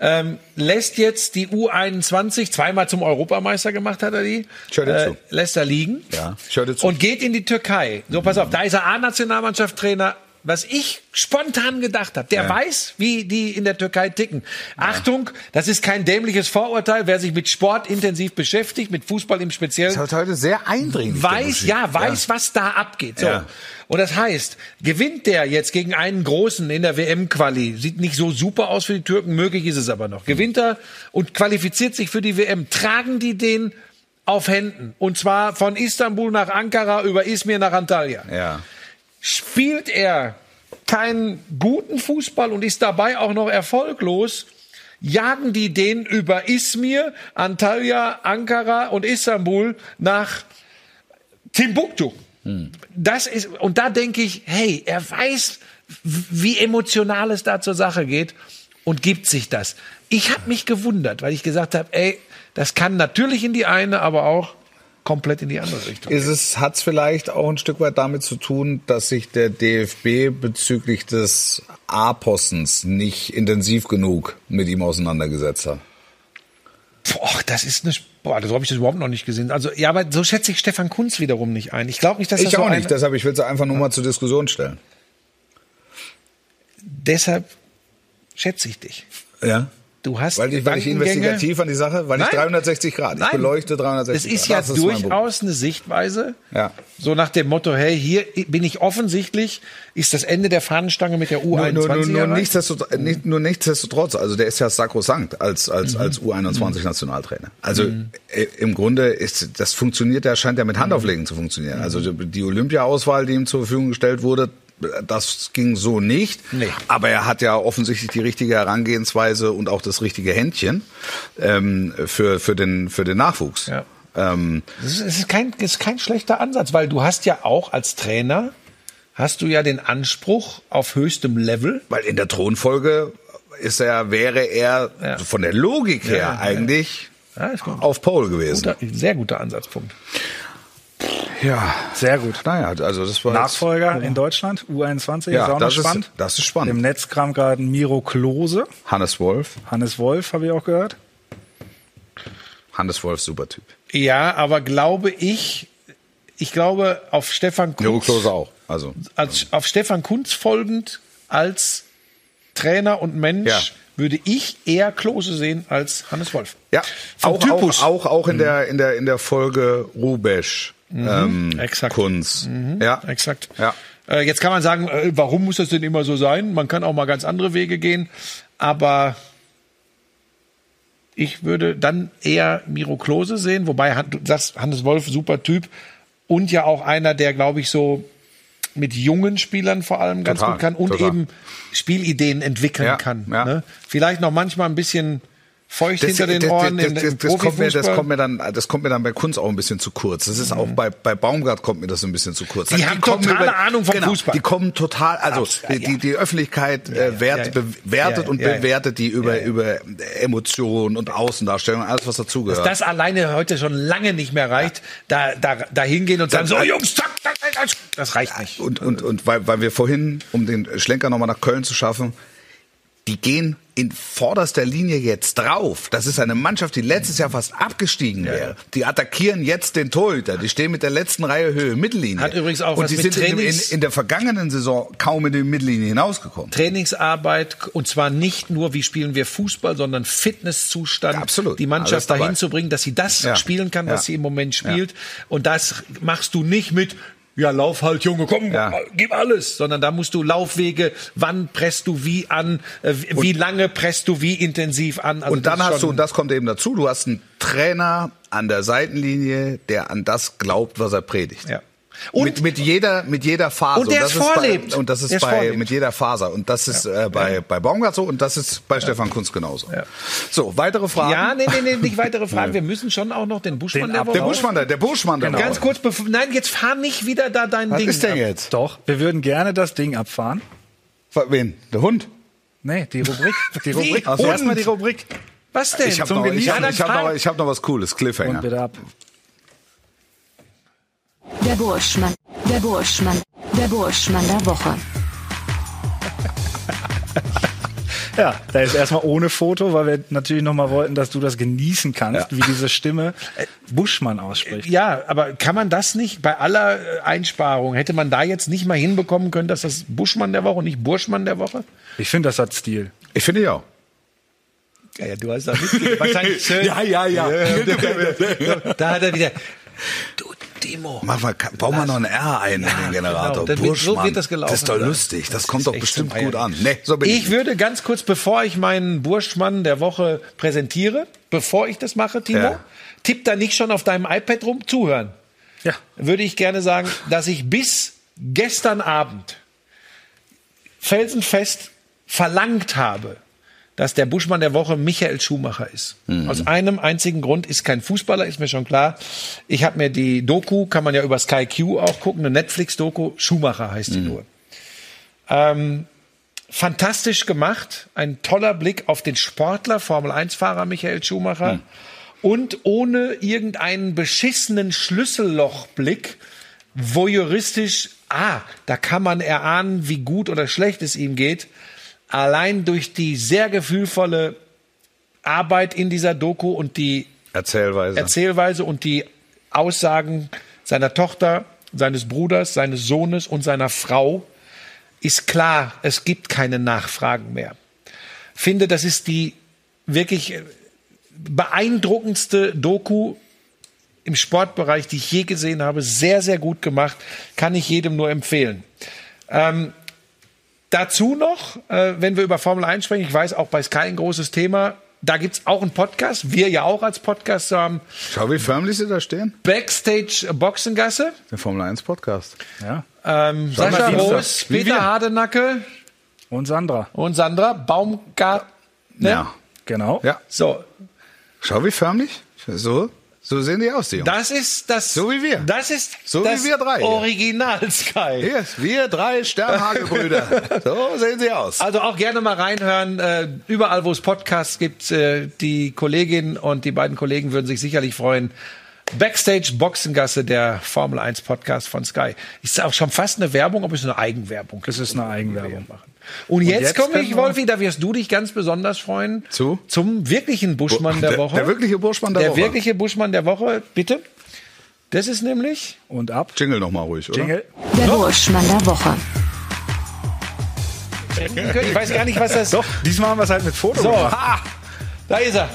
S2: Ähm, lässt jetzt die U21, zweimal zum Europameister gemacht hat er die, Äh,
S4: Ich hör dir zu.
S2: lässt er liegen
S4: Ja, ich hör dir zu.
S2: und geht in die Türkei. So, pass auf, da ist er A-Nationalmannschaft-Trainer. Was ich spontan gedacht habe, der
S4: Ja.
S2: weiß, wie die in der Türkei ticken. Achtung, das ist kein dämliches Vorurteil. Wer sich mit Sport intensiv beschäftigt, mit Fußball im Speziellen,
S4: das hat heute sehr eindringlich. der
S2: weiß,
S4: Bushi.
S2: ja, weiß, was da abgeht. So.
S4: Ja.
S2: Und das heißt, gewinnt der jetzt gegen einen Großen in der WM-Quali, sieht nicht so super aus für die Türken, möglich ist es aber noch, gewinnt er und qualifiziert sich für die WM, tragen die den auf Händen. Und zwar von Istanbul nach Ankara über Izmir nach Antalya
S4: Ja.
S2: spielt er keinen guten Fußball und ist dabei auch noch erfolglos, jagen die den über Izmir, Antalya, Ankara und Istanbul nach Timbuktu. Das ist, und da denke ich, hey, er weiß, wie emotional es da zur Sache geht und gibt sich das. Ich habe mich gewundert, weil ich gesagt habe, ey, das kann natürlich in die eine, aber auch komplett in die andere Richtung.
S4: Ist es, hat es vielleicht auch ein Stück weit damit zu tun, dass sich der DFB bezüglich des A-Postens nicht intensiv genug mit ihm auseinandergesetzt hat?
S2: Boah, das ist eine. Boah, so habe ich das überhaupt noch nicht gesehen. Also, ja, aber so schätze ich Stefan Kunz wiederum nicht ein. Ich glaube nicht, dass das
S4: Ich
S2: so
S4: auch
S2: ein-
S4: nicht, deshalb ich will es einfach nur mal zur Diskussion stellen.
S2: Deshalb schätze ich dich.
S4: Ja.
S2: Du hast
S4: Weil ich, weil ich
S2: Gedankengänge-
S4: investigativ an die Sache, weil ich
S2: Nein.
S4: 360 Grad, ich
S2: Nein.
S4: beleuchte 360
S2: Es
S4: Grad.
S2: ist ja
S4: Das mein Beruf.
S2: durchaus eine Sichtweise.
S4: Ja.
S2: So nach dem Motto, hey, hier bin ich offensichtlich, ist das Ende der Fahnenstange mit der ne? U21
S4: Nur, nur, nur, nur,
S2: erreicht.
S4: nichtsdestotrotz, äh, nicht, nur nichtsdestotrotz, also der ist ja sakrosankt als,
S2: Mhm.
S4: als, als U21-Nationaltrainer. Also äh, im Grunde ist, das funktioniert, der scheint ja mit
S2: Mhm.
S4: Handauflegen zu funktionieren. Also die die Olympia-Auswahl, die ihm zur Verfügung gestellt wurde, das ging so nicht.
S2: Nee.
S4: Aber er hat ja offensichtlich die richtige Herangehensweise und auch das richtige Händchen ähm, für, für, den, für den Nachwuchs.
S2: Ja.
S4: Ähm,
S2: Das ist, es ist, kein, es ist kein schlechter Ansatz, weil du hast ja auch als Trainer, hast du ja den Anspruch auf höchstem Level.
S4: Weil in der Thronfolge ist er, wäre er
S2: Ja.
S4: von der Logik her
S2: Ja, ja, ja.
S4: eigentlich
S2: Ja, ist gut.
S4: auf Pole gewesen.
S2: Guter, sehr guter Ansatzpunkt.
S4: Ja.
S3: Sehr gut.
S4: Naja, also das war
S3: Nachfolger in Deutschland, U21,
S4: Ja,
S3: ist auch noch
S4: das ist-
S3: spannend.
S4: das ist spannend.
S3: Im Netz kam gerade Miro Klose,
S4: jetzt Hannes Wolf.
S3: Hannes Wolf habe ich auch gehört.
S4: Hannes Wolf, super Typ.
S2: Ja, aber glaube ich, ich glaube auf Stefan Kunz.
S4: Jürgen Klose auch. Also
S2: als, auf Stefan Kunz folgend als Trainer und Mensch
S4: Ja.
S2: würde ich eher Klose sehen als Hannes Wolf.
S4: ja,
S2: Vom
S4: auch,
S2: Typus. Mhm.
S4: auch auch auch in der in der in der Folge Rubesch ähm,
S2: Exakt. Mhm.
S4: Kunz. Ja,
S2: Exakt.
S4: Ja.
S2: Äh, jetzt kann man sagen, äh, warum muss das denn immer so sein? Man kann auch mal ganz andere Wege gehen, aber ich würde dann eher Miro Klose sehen, wobei Han- du sagst, Hannes Wolf, super Typ und ja auch einer, der, glaube ich, so mit jungen Spielern vor allem ganz
S4: Total,
S2: gut kann und
S4: total.
S2: eben Spielideen entwickeln
S4: Ja,
S2: kann.
S4: ja.
S2: Ne? Vielleicht noch manchmal ein bisschen feucht hinter den
S4: das-
S2: Ohren
S4: das,
S2: im,
S4: das,
S2: im
S4: das, kommt mir, das
S2: Profifußball.
S4: kommt mir dann, das kommt mir dann bei Kunz auch ein bisschen zu kurz. Das ist auch bei, bei Baumgart kommt mir das so ein bisschen zu kurz. Also
S2: Die haben
S4: kommen
S2: totale Ahnung vom
S4: genau,
S2: Fußball.
S4: Die kommen total, also
S2: Absolut,
S4: die,
S2: ja.
S4: die, die Öffentlichkeit äh,
S2: ja, ja.
S4: wert, bewertet
S2: Ja, ja,
S4: und
S2: ja, ja.
S4: bewertet die über
S2: Ja, ja.
S4: über Emotionen und Außendarstellung, alles was dazugehört.
S2: das alleine heute schon lange nicht mehr reicht, da, da, da hingehen und sagen,
S4: Dann- halt
S2: so Jungs, zack, zack, zack, zack. das reicht nicht.
S4: Und, und, und weil, weil wir vorhin, um den Schlenker nochmal nach Köln zu schaffen, die gehen in vorderster Linie jetzt drauf. Das ist eine Mannschaft, die letztes Jahr fast abgestiegen wäre. Die attackieren jetzt den Torhüter. Die stehen mit der letzten Reihe Höhe Mittellinie.
S2: Hat übrigens auch
S4: Und
S2: was
S4: die
S2: mit
S4: sind in, in,
S2: Trainings-
S4: in der vergangenen Saison kaum in die Mittellinie hinausgekommen.
S2: Trainingsarbeit und zwar nicht nur, wie spielen wir Fußball, sondern Fitnesszustand,
S4: Ja, absolut.
S2: die
S4: Alles
S2: Mannschaft
S4: dabei.
S2: dahin zu bringen, dass sie das
S4: Ja.
S2: spielen kann, was
S4: Ja.
S2: sie im Moment spielt. Und das machst du nicht mit, ja, lauf halt, Junge, komm,
S4: Ja.
S2: gib alles, sondern da musst du Laufwege, wann presst du wie an, äh, wie lange presst du wie intensiv an. Also
S4: und dann
S2: das ist
S4: hast du,
S2: schon-
S4: und das kommt eben dazu, du hast einen Trainer an der Seitenlinie, der an das glaubt, was er predigt.
S2: Ja.
S4: Und mit, mit jeder mit jeder Phase
S2: Und der es
S4: ist
S2: vorlebt.
S4: Bei, und das ist
S2: Der es
S4: bei
S2: vorlebt.
S4: mit jeder Faser und das ist äh, bei bei Baumgart so und das ist bei Stefan Kunz genauso.
S2: Ja.
S4: So weitere Fragen.
S2: Ja, nee, nee, nee, nicht weitere Fragen. Wir müssen schon auch noch den Buschmann
S3: Den
S2: der
S3: ab-
S2: Woche.
S4: Der Buschmann, da- der Buschmann, der
S2: Genau. Ganz kurz, bevor, nein, jetzt fahr nicht wieder da dein
S4: Genau. Was
S2: Ding.
S4: ist denn
S2: ab.
S4: jetzt?
S3: Doch, wir würden gerne das Ding abfahren.
S4: Wen? Der Hund?
S3: Nee, die Rubrik. Die Rubrik.
S4: Also
S3: Also erstmal
S4: Hund.
S3: die Rubrik.
S2: Was denn?
S4: Ich habe
S3: Zum
S4: noch, ich hab,
S2: Genießen.
S4: ich hab
S2: Ja, dann
S4: noch, ich hab noch was Cooles,
S3: Und
S4: Cliffhanger.
S3: bitte ab.
S5: Der Burschmann. Der Burschmann. Der Burschmann der Woche.
S3: Ja, da ist erstmal ohne Foto, weil wir natürlich nochmal wollten, dass du das genießen kannst,
S4: Ja.
S3: wie diese Stimme Buschmann ausspricht.
S2: Ja, aber kann man das nicht bei aller äh, Einsparung, hätte man da jetzt nicht mal hinbekommen können, dass das Buschmann der Woche und nicht Burschmann der Woche?
S3: Ich finde, das hat Stil.
S4: Ich finde ja. auch.
S2: Ja, ja du hast da mitgekriegt. Wahrscheinlich schön.
S4: ja, ja.
S2: Da hat er wieder, du Demo.
S4: Mach mal, ka- bau mal noch ein R ein in den
S2: genau.
S4: Generator.
S2: Dann wird- so
S4: Burschmann.
S2: wird das gelaufen
S4: Das ist doch
S2: sein.
S4: lustig. Das,
S2: Das
S4: kommt
S2: ist
S4: doch
S2: echt
S4: bestimmt
S2: zum Eiern.
S4: gut an. Nee, so bin ich.
S2: Ich würde ganz kurz, bevor ich meinen Burschmann der Woche präsentiere, bevor ich das mache, Timo,
S4: Ja.
S2: tipp da nicht schon auf deinem iPad rum, zuhören.
S3: Ja.
S2: Würde ich gerne sagen, dass ich bis gestern Abend felsenfest verlangt habe, dass der Buschmann der Woche Michael Schumacher ist. Aus einem einzigen Grund ist kein Fußballer, ist mir schon klar. Ich habe mir die Doku, kann man ja über Sky Q auch gucken, eine Netflix-Doku, Schumacher heißt die nur. Ähm, fantastisch gemacht, ein toller Blick auf den Sportler, Formel-1-Fahrer Michael Schumacher und ohne irgendeinen beschissenen Schlüssellochblick voyeuristisch, ah, da kann man erahnen, wie gut oder schlecht es ihm geht. Allein durch die sehr gefühlvolle Arbeit in dieser Doku und die
S4: Erzählweise.
S2: Erzählweise und die Aussagen seiner Tochter, seines Bruders, seines Sohnes und seiner Frau ist klar, es gibt keine Nachfragen mehr. Finde, das ist die wirklich beeindruckendste Doku im Sportbereich, die ich je gesehen habe. Sehr, sehr gut gemacht. Kann ich jedem nur empfehlen. Ähm, Dazu noch, äh, wenn wir über Formel 1 sprechen, ich weiß auch bei Sky ein großes Thema. Da gibt's auch einen Podcast. Wir ja auch als Podcast haben
S4: Schau, wie förmlich sie da stehen.
S2: Backstage Boxengasse.
S4: Der Formel 1 Podcast.
S3: Ja.
S2: Ähm, Sascha
S4: wie wir
S2: Roos,
S4: das- wie
S2: Peter
S4: wir.
S2: Hardenacke
S3: Und Sandra.
S2: und Sandra Baumgart. Ne?
S4: Ja.
S3: Genau.
S4: Ja.
S2: So,
S4: Schau, wie förmlich. So, so sehen die aus, die Jungs.
S2: das ist das.
S4: So wie wir.
S2: Das ist
S4: So wie
S2: das
S4: wir drei hier.
S2: Original Sky.
S4: Yes, wir drei Sternhagebrüder. so sehen sie aus.
S2: Also auch gerne mal reinhören. Äh, überall, wo es Podcasts gibt, äh, die Kollegin und die beiden Kollegen würden sich sicherlich freuen. Backstage Boxengasse, der Formel 1 Podcast von Sky. Ist auch schon fast eine Werbung, aber ist eine Eigenwerbung.
S3: Es ist eine Eigenwerbung.
S2: Und jetzt,
S3: jetzt
S2: komme
S3: können
S2: ich,
S3: wir-
S2: Wolfi, da wirst du dich ganz besonders freuen.
S4: Zu?
S2: Zum wirklichen Buschmann der, Woche.
S4: Der, wirkliche Burschmann der,
S2: Der
S4: Woche.
S2: wirkliche Buschmann der Woche, bitte. Das ist nämlich
S3: Und ab.
S4: Jingle nochmal ruhig, oder?
S3: Jingle.
S5: Der Burschmann der Woche.
S2: Ich weiß gar nicht, was das.
S3: Doch, diesmal haben wir es halt mit Foto
S2: So,
S3: gemacht.
S2: ha, da ist er.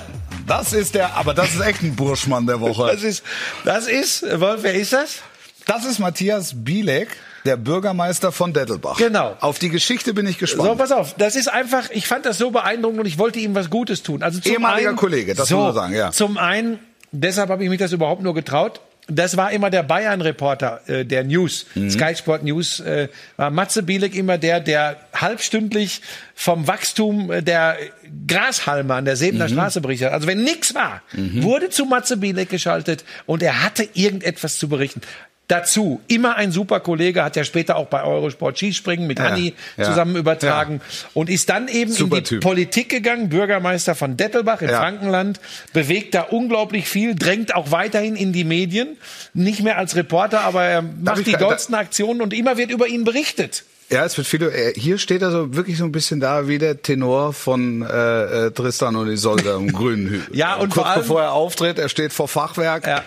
S4: Das ist der, aber das ist echt ein Burschmann der
S2: Das
S4: Woche.
S2: ist, das ist, Wolf, wer ist das?
S4: Das ist Matthias Bielek, der Bürgermeister von Dettelbach.
S2: Genau.
S4: Auf die Geschichte bin ich
S2: So,
S4: gespannt.
S2: pass auf, das ist einfach, ich fand das so beeindruckend und ich wollte ihm was Gutes tun. Also zum
S4: Ehemaliger
S2: einen,
S4: Kollege, das muss man sagen, ja.
S2: Zum einen, deshalb habe ich mich das überhaupt nur getraut. Das war immer der Bayern-Reporter äh, der News,
S4: Mhm.
S2: Sky Sport News, äh, war Matze Bielek immer der, der halbstündlich vom Wachstum äh, der Grashalme an der Sebener
S4: Mhm.
S2: Straße berichtet hat. Also wenn nichts war, wurde zu Matze Bielek geschaltet und er hatte irgendetwas zu berichten. Dazu immer ein super Kollege, hat ja später auch bei Eurosport Skispringen mit Anni
S4: ja,
S2: zusammen übertragen und ist dann eben
S4: Super
S2: in die
S4: Typ.
S2: Politik gegangen, Bürgermeister von Dettelbach im
S4: Ja.
S2: Frankenland, bewegt da unglaublich viel, drängt auch weiterhin in die Medien, nicht mehr als Reporter, aber er macht
S4: ich
S2: die
S4: da- da-
S2: dollsten Aktionen und immer wird über ihn berichtet.
S4: Ja, es wird viel. äh, Hier steht er so wirklich so ein bisschen da wie der Tenor von äh, äh, Tristan und Isolde im grünen Hügel.
S2: Ja, und
S4: kurz
S2: vor allem-
S4: bevor er auftritt, er steht vor Fachwerk.
S2: Ja.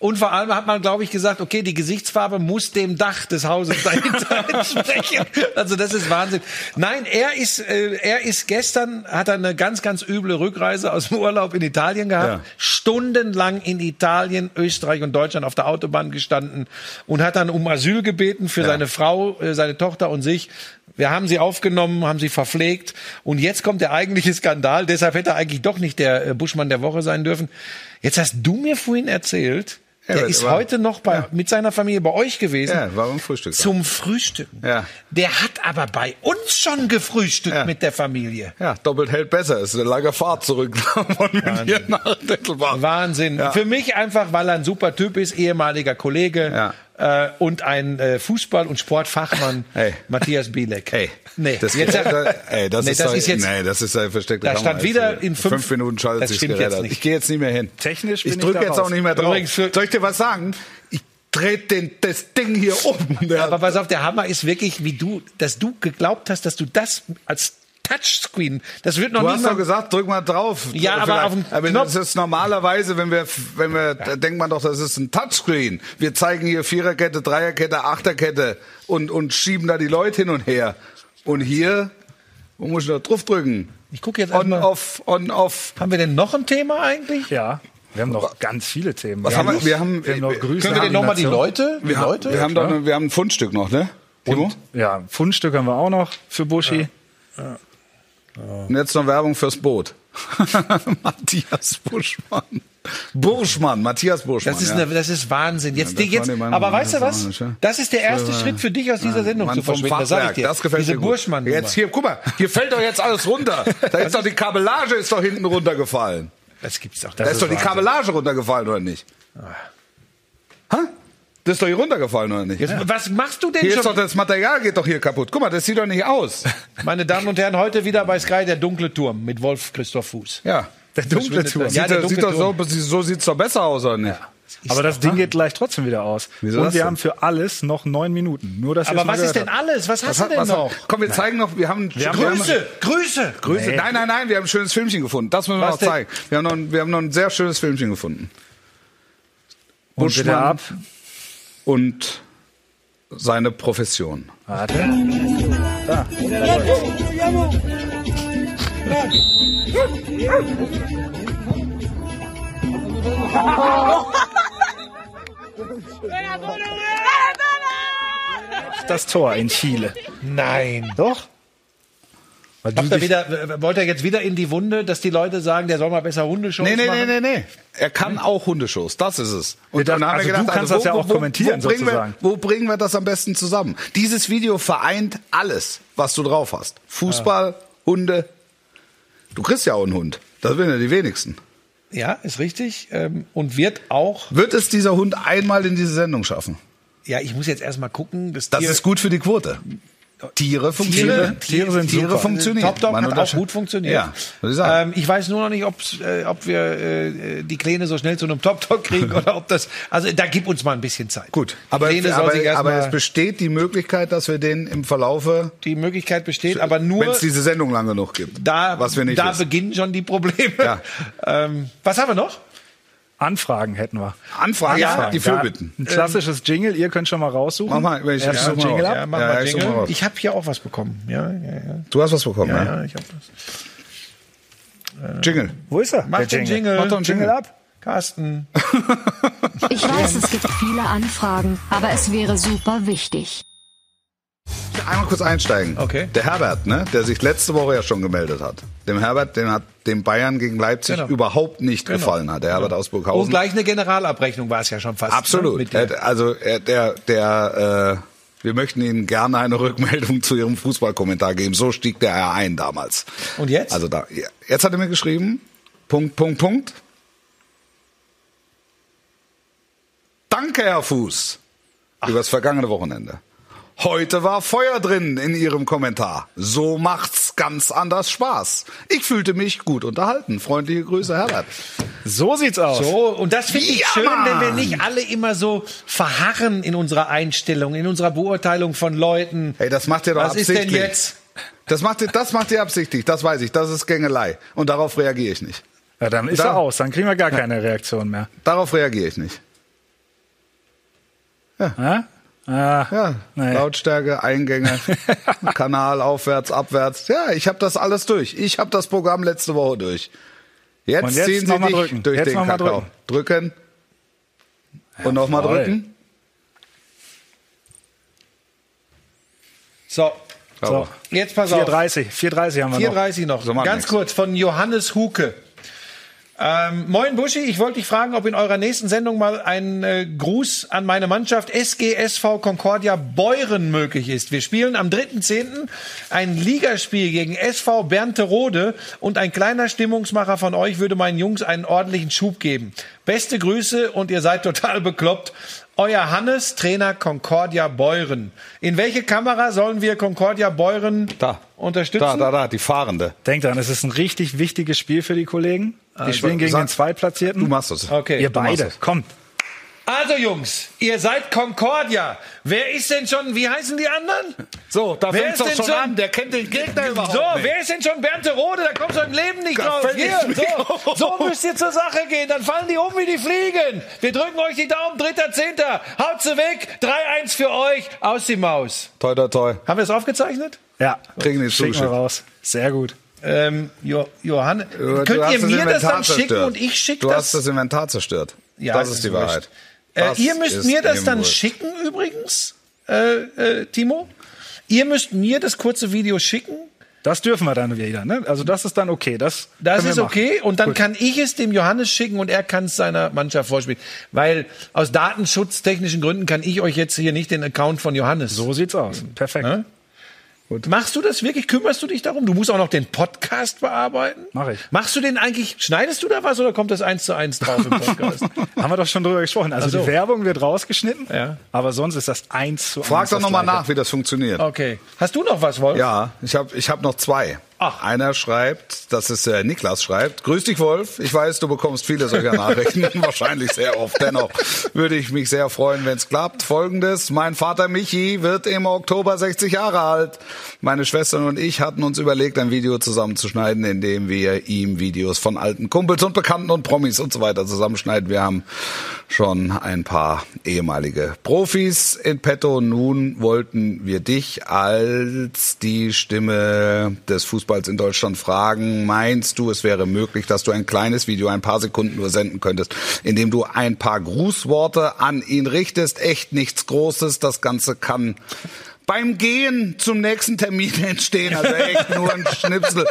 S2: Und vor allem hat man, glaube ich, gesagt, okay, die Gesichtsfarbe muss dem Dach des Hauses dahinter entsprechen. Also das ist Wahnsinn. Nein, er ist, äh, er ist gestern, hat er eine ganz, ganz üble Rückreise aus dem Urlaub in Italien gehabt.
S4: Ja.
S2: Stundenlang in Italien, Österreich und Deutschland auf der Autobahn gestanden und hat dann um Asyl gebeten für seine Frau, äh, seine Tochter und sich. Wir haben sie aufgenommen, haben sie verpflegt und jetzt kommt der eigentliche Skandal. Deshalb hätte er eigentlich doch nicht der äh, Buschmann der Woche sein dürfen. Jetzt hast du mir vorhin erzählt,
S4: Ja,
S2: der
S4: aber-
S2: ist
S4: aber-
S2: heute noch bei, mit seiner Familie bei euch gewesen.
S4: Ja, war beim Frühstück.
S2: Zum Frühstücken.
S4: Ja.
S2: Der hat aber bei uns schon gefrühstückt
S4: Ja.
S2: mit der Familie.
S4: Ja, doppelt hält besser. Es ist eine lange Fahrt zurück von hier nach Dettelbach.
S2: Wahnsinn.
S4: Ja.
S2: Für mich einfach, weil er ein super Typ ist, ehemaliger Kollege äh, und ein äh, Fußball- und Sportfachmann,
S4: Hey.
S2: Matthias Bielek.
S4: Ey,
S2: nee,
S4: das,
S2: jetzt,
S4: ey, das,
S2: nee,
S4: ist,
S2: das
S4: doch-
S2: ist jetzt.
S4: nee, das ist ein versteckter
S2: Da stand
S4: Hammer.
S2: wieder in fünf-
S4: Also Minuten schaltet
S2: Das
S4: sich
S2: stimmt jetzt
S4: Gerät an.
S2: nicht.
S4: Ich gehe jetzt nicht mehr hin.
S3: Technisch bin
S4: Ich
S3: ich
S4: drücke
S3: da
S4: jetzt
S3: raus.
S4: auch nicht mehr drauf.
S2: Übrigens für-
S4: Soll ich dir was sagen? Ich drehe den, das Ding hier um. Der-
S2: Aber pass auf, der Hammer ist wirklich, wie du, dass du geglaubt hast, dass du das als Touchscreen, das wird noch
S4: Du
S2: nie
S4: hast
S2: mal-
S4: doch gesagt, drück mal drauf.
S2: Ja, aber
S4: Vielleicht.
S2: auf den
S4: aber
S2: Knopf.
S4: das ist normalerweise, wenn wir, wenn wir, da denkt man doch, das ist ein Touchscreen. Wir zeigen hier Viererkette, Dreierkette, Achterkette und, und schieben da die Leute hin und her. Und hier, wo muss ich noch drauf drücken?
S2: Ich gucke jetzt
S4: On,
S2: einmal.
S4: off, on, off.
S2: Haben wir denn noch ein Thema eigentlich?
S3: Ja. Wir haben noch ganz viele Themen.
S4: Was haben wir- wir haben-
S3: wir haben noch Grüße.
S2: Können wir denn nochmal die
S3: Harmination.
S2: Leute? Die
S4: Wir, haben-
S2: Leute?
S4: wir haben doch, noch- wir haben ein Fundstück noch, ne? Timo?
S3: Ja, Fundstück haben wir auch noch für Buschi.
S4: Und jetzt noch Werbung fürs Boot. Matthias Buschmann. Burschmann, Matthias Burschmann.
S2: Das ist,
S4: ja.
S2: eine, das ist Wahnsinn. Jetzt,
S4: Ja, das
S2: die, jetzt,
S4: waren die Meinungen,
S2: aber
S4: die
S2: weißt du
S4: das
S2: was?
S4: waren nicht, ja?
S2: Das ist der erste
S4: ne? Ja,
S2: Schritt für dich aus dieser
S4: ja,
S2: Sendung
S4: Mann
S2: zu
S4: vom
S2: verschwinden. Das sag ich
S4: Fachwerk,
S2: dir.
S4: das gefällt
S2: Diese
S4: mir gut.
S2: Burschmann.
S4: Jetzt hier, guck mal, hier fällt doch jetzt alles runter. Da ist doch die Kabellage ist doch hinten runtergefallen.
S2: Das Ah. gibt's doch.
S4: Da
S2: Das
S4: ist doch die Kabellage runtergefallen oder nicht? Hä? Das ist doch hier runtergefallen oder nicht?
S2: Jetzt, was machst du denn
S4: Hier ist
S2: schon?
S4: doch das Material geht doch hier kaputt. Guck mal, das sieht doch nicht aus.
S2: Meine Damen und Herren, heute wieder bei Sky der dunkle Turm mit Wolf Christoph Fuß.
S4: Ja.
S3: Der dunkle
S2: Verschwindet
S3: Turm.
S2: dann. Ja,
S4: sieht,
S2: der
S4: er- sieht
S2: dunkle
S4: doch so, so sieht's doch besser aus, oder nicht?
S3: Aber das Ding geht gleich trotzdem wieder aus.
S4: Wieso
S3: Und
S4: das
S3: wir
S4: denn?
S3: haben für alles noch neun Minuten. Nur, dass ihr es
S2: Aber
S3: mal
S2: was ist denn
S3: gehört habt.
S2: alles? Was hast
S4: Was
S2: du
S4: hat
S2: denn
S4: was
S2: noch?
S4: auch? Komm, wir zeigen noch, wir haben, wir
S3: haben-
S2: Grüße, Grüße.
S4: Grüße. Nein, nein, nein, wir haben ein schönes Filmchen gefunden. Das müssen wir
S2: Was
S4: noch
S2: denn?
S4: zeigen. Wir haben noch, ein- wir haben noch ein sehr schönes Filmchen gefunden.
S3: Und wieder ab.
S4: und seine Profession.
S3: Warte. Das Tor in Chile.
S2: Nein.
S3: Doch? Weil du
S2: Habt ihr
S3: dich,
S2: wieder, wollte er jetzt wieder in die Wunde, dass die Leute sagen, der soll mal besser Hundeshows
S4: Nee, nee,
S2: machen?
S4: nee, nee, nee. Er kann auch Hundeshows, das ist es.
S3: Wir dachten-
S4: dann haben
S3: also du kannst das ja auch kommentieren,
S4: wo bringen, wir,
S3: sozusagen.
S4: wo bringen wir das am besten zusammen? Dieses Video vereint alles, was du drauf hast. Fußball, Hunde. Du kriegst ja auch einen Hund. Das sind ja die wenigsten.
S2: Ja, ist richtig. Ähm, und wird auch,
S4: Wird es dieser Hund einmal in diese Sendung schaffen?
S2: ja, ich muss jetzt erstmal gucken, dass
S4: Das ist gut für die Quote. Tiere funktionieren.
S2: Tiere,
S3: Tiere sind
S4: Tiere
S3: super.
S4: funktionieren.
S2: Top Dog
S4: Man
S2: hat auch
S4: unterscheidet-
S2: gut funktioniert.
S4: Ja, würde ich sagen.
S2: ähm, ich weiß nur noch nicht, ob's, äh, ob wir äh, die Kleine so schnell zu einem Top Dog kriegen oder ob das. Also da gib uns mal ein bisschen Zeit.
S4: Gut,
S2: aber,
S4: aber,
S2: Kleine soll
S4: aber,
S2: sich erst
S4: aber
S2: mal-
S4: es besteht die Möglichkeit, dass wir den im Verlaufe,
S2: die Möglichkeit besteht, aber
S4: wenn
S2: nur
S4: es diese Sendung lang genug gibt,
S2: da,
S4: was wir nicht
S2: da
S4: wissen.
S2: beginnen schon die Probleme.
S4: Ja.
S2: Ähm, was haben wir noch?
S3: Anfragen hätten wir.
S4: Anfragen,
S2: Ja,
S4: Ah, die Fürbitten.
S3: Ein klassisches Jingle, ihr könnt schon mal raussuchen.
S4: Mach mal, ich-
S3: Erst
S4: ich such
S3: ein
S4: mal
S3: Jingle
S4: raus.
S3: ab.
S4: Ja, mach mal
S2: ich
S4: Jingle.
S2: such mal was. Ich habe hier auch was bekommen. Ja, ja, ja.
S4: Du hast was bekommen,
S2: ja,
S4: ne?
S2: ja ich habe das.
S4: Jingle.
S3: Wo ist er?
S2: Mach
S3: der
S2: den Jingle.
S3: Mach doch einen Jingle ab.
S2: Carsten.
S5: Ich weiß, es gibt viele Anfragen, aber es wäre super wichtig.
S4: Einmal kurz einsteigen.
S2: Okay.
S4: Der Herbert, ne, der sich letzte Woche ja schon gemeldet hat. Dem Herbert, den hat dem Bayern gegen Leipzig
S2: Genau.
S4: überhaupt nicht
S2: Genau.
S4: gefallen hat. Der Herbert aus
S2: Und
S4: Burghausen.
S2: gleich eine Generalabrechnung war es ja schon fast. Ne,
S4: Absolut.
S2: mit dir.
S4: Er, also er, der, der, äh, wir möchten Ihnen gerne eine Rückmeldung zu Ihrem Fußballkommentar geben. So stieg der ja ein damals.
S2: Und jetzt?
S4: Also da, ja. jetzt hat er mir geschrieben, Punkt, Punkt, Punkt. Danke, Herr Fuß, übers vergangene Wochenende. Heute war Feuer drin in Ihrem Kommentar. So macht's ganz anders Spaß. Ich fühlte mich gut unterhalten. Freundliche Grüße, Herbert.
S3: So sieht's aus.
S2: So, und das finde ich
S4: Ja,
S2: schön, wenn wir
S4: Mann.
S2: nicht alle immer so verharren in unserer Einstellung, in unserer Beurteilung von Leuten.
S4: Hey, das macht ihr doch
S2: Was ist
S4: absichtlich.
S2: denn jetzt?
S4: Das macht, ihr, das macht ihr absichtlich, das weiß ich. Das ist Gängelei. Und darauf reagiere ich nicht.
S3: Ja, dann ist
S4: Da.
S3: er aus. Dann kriegen wir gar keine Reaktion mehr.
S4: Darauf reagiere ich nicht.
S3: Ja? Ah,
S4: Ja,
S3: Nee.
S4: Lautstärke, Eingänge, Kanal aufwärts, abwärts. Ja, ich habe das alles durch. Ich habe das Programm letzte Woche durch. Jetzt,
S3: Und jetzt
S4: ziehen Sie
S3: noch mal
S4: nicht
S3: drücken.
S4: durch
S3: Jetzt
S4: den
S3: noch mal
S4: Kakao. Drücken. Und nochmal
S3: voll.
S4: drücken.
S2: So,
S3: So.
S2: jetzt pass auf.
S3: 4.30. 4.30 haben wir noch.
S2: 4.30 noch.
S4: So machen
S2: Ganz
S4: wir's.
S2: kurz von Johannes Huke. Ähm, Moin Buschi, ich wollte dich fragen, ob in eurer nächsten Sendung mal ein äh, Gruß an meine Mannschaft SGSV Concordia Beuren möglich ist. Wir spielen am 3.10. ein Ligaspiel gegen SV Bernterode und ein kleiner Stimmungsmacher von euch würde meinen Jungs einen ordentlichen Schub geben. Beste Grüße und ihr seid total bekloppt. Euer Hannes, Trainer Concordia Beuren. In welche Kamera sollen wir Concordia Beuren
S4: Da.
S2: unterstützen?
S4: Da, da, da, die Fahrende.
S3: Denkt dran, es ist ein richtig wichtiges Spiel für die Kollegen. Die spielen gegen
S4: sag-
S3: den Zweitplatzierten.
S4: Du machst es.
S2: Okay.
S3: Ihr
S2: Also, du machst
S3: beide,
S2: es.
S3: kommt.
S2: Also Jungs, ihr seid Concordia. Wer ist denn schon, wie heißen die anderen?
S4: So, da
S2: Wer
S4: fängt's
S2: ist
S4: doch
S2: denn
S4: schon
S2: schon-
S4: an. Der kennt den Gegner überhaupt
S2: So,
S4: nicht.
S2: wer ist denn schon Bernd Rode? Da kommst du im Leben nicht
S4: Da
S2: drauf.
S4: fällt
S2: Hier,
S4: nichts
S2: so,
S4: mehr.
S2: so müsst ihr zur Sache gehen. Dann fallen die um wie die Fliegen. Wir drücken euch die Daumen. Dritter, Zehnter. Haut sie weg. 3-1 für euch. Aus die Maus.
S4: Toi, toi, toi.
S2: Haben wir es aufgezeichnet?
S3: Ja,
S4: Kriegen die
S3: schicken wir
S4: zugeschickt.
S3: raus. Sehr gut.
S2: Ähm, jo Johann,
S4: Du- du
S2: könnt
S4: hast
S2: ihr mir das
S4: Inventar
S2: dann schicken
S4: zerstört.
S2: und ich schicke
S4: Du
S2: das?
S4: hast das Inventar zerstört.
S2: Ja,
S4: das ist die
S2: wurscht.
S4: Wahrheit.
S2: Äh,
S4: Das
S2: ihr müsst
S4: ist
S2: mir das
S4: dem
S2: dann
S4: wurscht.
S2: schicken übrigens, äh, äh, Timo. Ihr müsst mir das kurze Video schicken.
S3: Das dürfen wir dann wieder, ne? Also das ist dann okay. Das,
S2: Das
S3: können wir
S2: ist
S3: machen.
S2: okay. Und dann kann ich es dem Johannes schicken und er kann es seiner Mannschaft vorspielen. Weil aus datenschutztechnischen Gründen kann ich euch jetzt hier nicht den Account von Johannes.
S3: So sieht's aus. Perfekt.
S2: Ne? Machst du das wirklich? Kümmerst du dich darum? Du musst auch noch den Podcast bearbeiten.
S3: Mach ich.
S2: Machst du den eigentlich, schneidest du da was oder kommt das eins zu eins drauf im Podcast?
S3: Haben wir doch schon drüber gesprochen. Also
S2: Ach so.
S3: die Werbung wird rausgeschnitten,
S2: Ja.
S3: aber sonst ist das eins zu eins.
S4: Frag doch
S3: das
S4: nochmal
S3: Gleiche.
S4: nach, wie das funktioniert.
S2: Okay. Hast du noch was, Wolf?
S4: Ja, ich habe ich hab noch zwei.
S2: Ach.
S4: Einer schreibt, das ist äh, Niklas schreibt, Grüß dich Wolf, ich weiß, du bekommst viele solcher Nachrichten, wahrscheinlich sehr oft. Dennoch würde ich mich sehr freuen, wenn es klappt. Folgendes, mein Vater Michi wird im Oktober 60 Jahre alt. Meine Schwestern und ich hatten uns überlegt, ein Video zusammenzuschneiden, in dem wir ihm Videos von alten Kumpels und Bekannten und Promis und so weiter zusammenschneiden. Wir haben schon ein paar ehemalige Profis in petto. Nun wollten wir dich als die Stimme des Fußballs in Deutschland fragen. Meinst du, es wäre möglich, dass du ein kleines Video, ein paar Sekunden nur senden könntest, indem du ein paar Grußworte an ihn richtest? Echt nichts Großes. Das Ganze kann beim Gehen zum nächsten Termin entstehen. Also echt nur ein Schnipsel.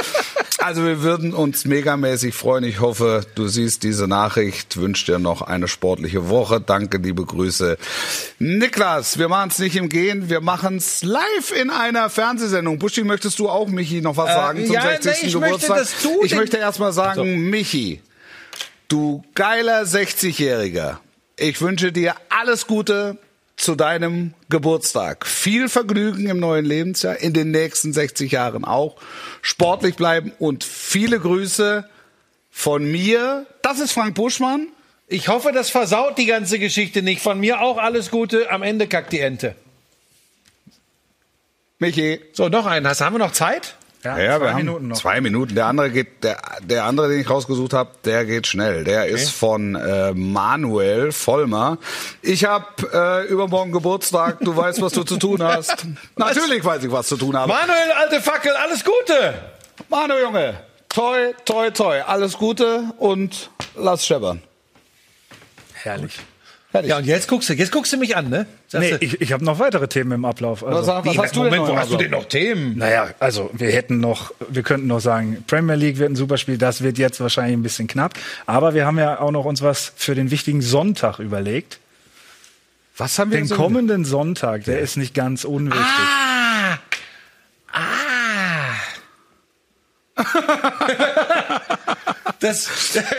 S4: Also wir würden uns megamäßig freuen. Ich hoffe, du siehst diese Nachricht. Wünsch dir noch eine sportliche Woche. Danke, liebe Grüße. Niklas, wir machen es nicht im Gehen, wir machen es live in einer Fernsehsendung. Buschi, möchtest du auch, Michi, noch was sagen zum
S2: Äh, ja,
S4: 60.
S2: nee, ich möchte,
S4: Geburtstag?
S2: dass du
S4: ich
S2: den-
S4: möchte erst mal sagen, Michi, du geiler 60-Jähriger, ich wünsche dir alles Gute zu deinem Geburtstag. Viel Vergnügen im neuen Lebensjahr, in den nächsten 60 Jahren auch. Sportlich bleiben und viele Grüße von mir. Das ist Frank Buschmann.
S2: Ich hoffe, das versaut die ganze Geschichte nicht. Von mir auch alles Gute. Am Ende kackt die Ente.
S4: Michi.
S2: So, noch einen. Hast, haben wir noch Zeit?
S3: Ja,
S4: Ja,
S3: zwei
S4: wir haben
S3: Minuten noch.
S4: Zwei Minuten. Der andere geht, der, der andere, den ich rausgesucht habe, der geht schnell. Der ist von äh, Manuel Vollmer. Ich habe äh, übermorgen Geburtstag. Du weißt, was du zu tun hast. Natürlich weiß ich, was zu tun habe.
S2: Manuel, alte Fackel, alles Gute.
S4: Manu Junge, toi, toi, toi. Alles Gute und lass scheppern.
S3: Herrlich.
S4: Fertig.
S2: Ja, und jetzt guckst du, jetzt guckst du mich an, ne? Sagst
S3: Nee,
S2: du,
S3: ich, ich habe noch weitere Themen im Ablauf. Also,
S4: was, was hast du denn
S2: Moment,
S4: noch
S2: wo hast du
S4: im
S2: denn noch Themen?
S3: Naja, also wir hätten noch, wir könnten noch sagen, Premier League wird ein Superspiel, das wird jetzt wahrscheinlich ein bisschen knapp. Aber wir haben ja auch noch uns was für den wichtigen Sonntag überlegt.
S4: Was haben wir
S3: Den
S4: denn so-
S3: kommenden Sonntag, der ist nicht ganz unwichtig.
S2: Ah. Ah. das,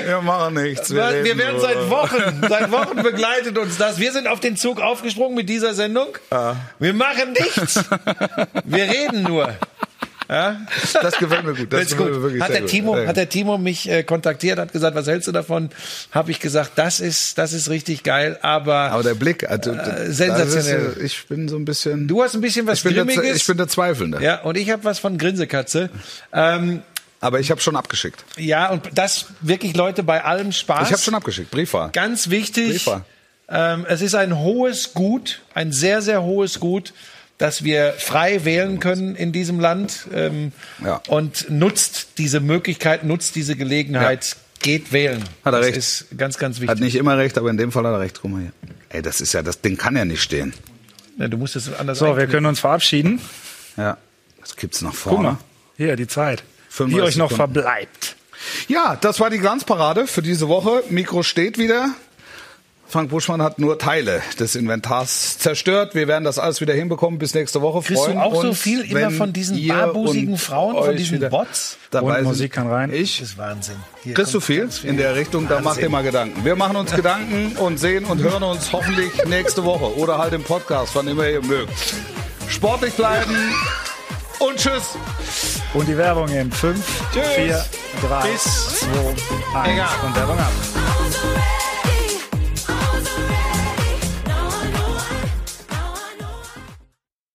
S4: Wir machen nichts.
S2: wir,
S4: reden
S2: werden
S4: nur.
S2: seit Wochen, seit Wochen begleitet uns das. Wir sind auf den Zug aufgesprungen mit dieser Sendung.
S4: Ah.
S2: Wir machen nichts. Wir reden nur.
S4: Das gefällt mir gut. Das
S2: Das ist
S4: gefällt
S2: gut.
S4: mir wirklich
S2: Hat
S4: sehr
S2: der, Timo,
S4: gut.
S2: hat der Timo mich äh, kontaktiert, hat gesagt, was hältst du davon? Habe ich gesagt, das ist, das ist richtig geil, aber,
S4: Aber der Blick, also,
S2: Äh, sensationell.
S4: das Ist, ich bin so ein bisschen.
S2: du hast ein bisschen was
S4: ich bin, der, Ze-
S2: Grimmiges.
S4: ich bin der Zweifelnde.
S2: ja, und ich habe was von Grinsekatze. Ähm,
S4: Aber ich habe schon abgeschickt.
S2: ja, und das wirklich, Leute, bei allem Spaß.
S4: Ich habe schon abgeschickt. Briefwahl.
S2: Ganz wichtig,
S4: Briefer.
S2: ähm, es ist ein hohes Gut, ein sehr, sehr hohes Gut, dass wir frei wählen können in diesem Land. Ähm,
S4: Ja.
S2: Und nutzt diese Möglichkeit, nutzt diese Gelegenheit, geht wählen.
S4: Hat er
S2: das
S4: recht.
S2: ist ganz, ganz wichtig.
S4: Hat nicht immer recht, aber in dem Fall hat er recht. Guck mal hier. Ey, das ist ja, das Ding kann ja nicht stehen.
S2: Ja, du musst es anders
S3: So, wir können uns verabschieden.
S4: Ja. Das gibt's nach
S3: Guck mal,
S4: vorne.
S3: hier die Zeit, die
S4: 35
S3: euch noch
S4: Sekunden.
S3: verbleibt.
S4: Ja, das war die Glanzparade für diese Woche. Mikro steht wieder. Frank Buschmann hat nur Teile des Inventars zerstört. Wir werden das alles wieder hinbekommen bis nächste Woche.
S2: Kriegst du
S4: Freuen
S2: auch so
S4: uns,
S2: viel immer
S4: wenn
S2: von diesen
S4: ihr
S2: barbusigen
S4: und
S2: Frauen, von
S4: euch
S2: diesen
S4: wieder
S2: Bots?
S4: Dabei
S3: Und
S4: sind.
S3: Musik kann rein.
S4: Ich
S2: Das ist Wahnsinn. Hier
S4: Kriegst du
S2: kommt
S4: viel
S2: ganz
S4: in der Richtung? Da mach dir mal Gedanken. Wir machen uns Gedanken und sehen und hören uns hoffentlich nächste Woche oder halt im Podcast, wann immer ihr mögt. Sportlich bleiben und tschüss.
S3: Und die Werbung in 5,
S4: Tschüss.
S3: 4, 3,
S4: Bis.
S3: 2, 1
S4: Egal.
S3: und Werbung ab.
S7: All the way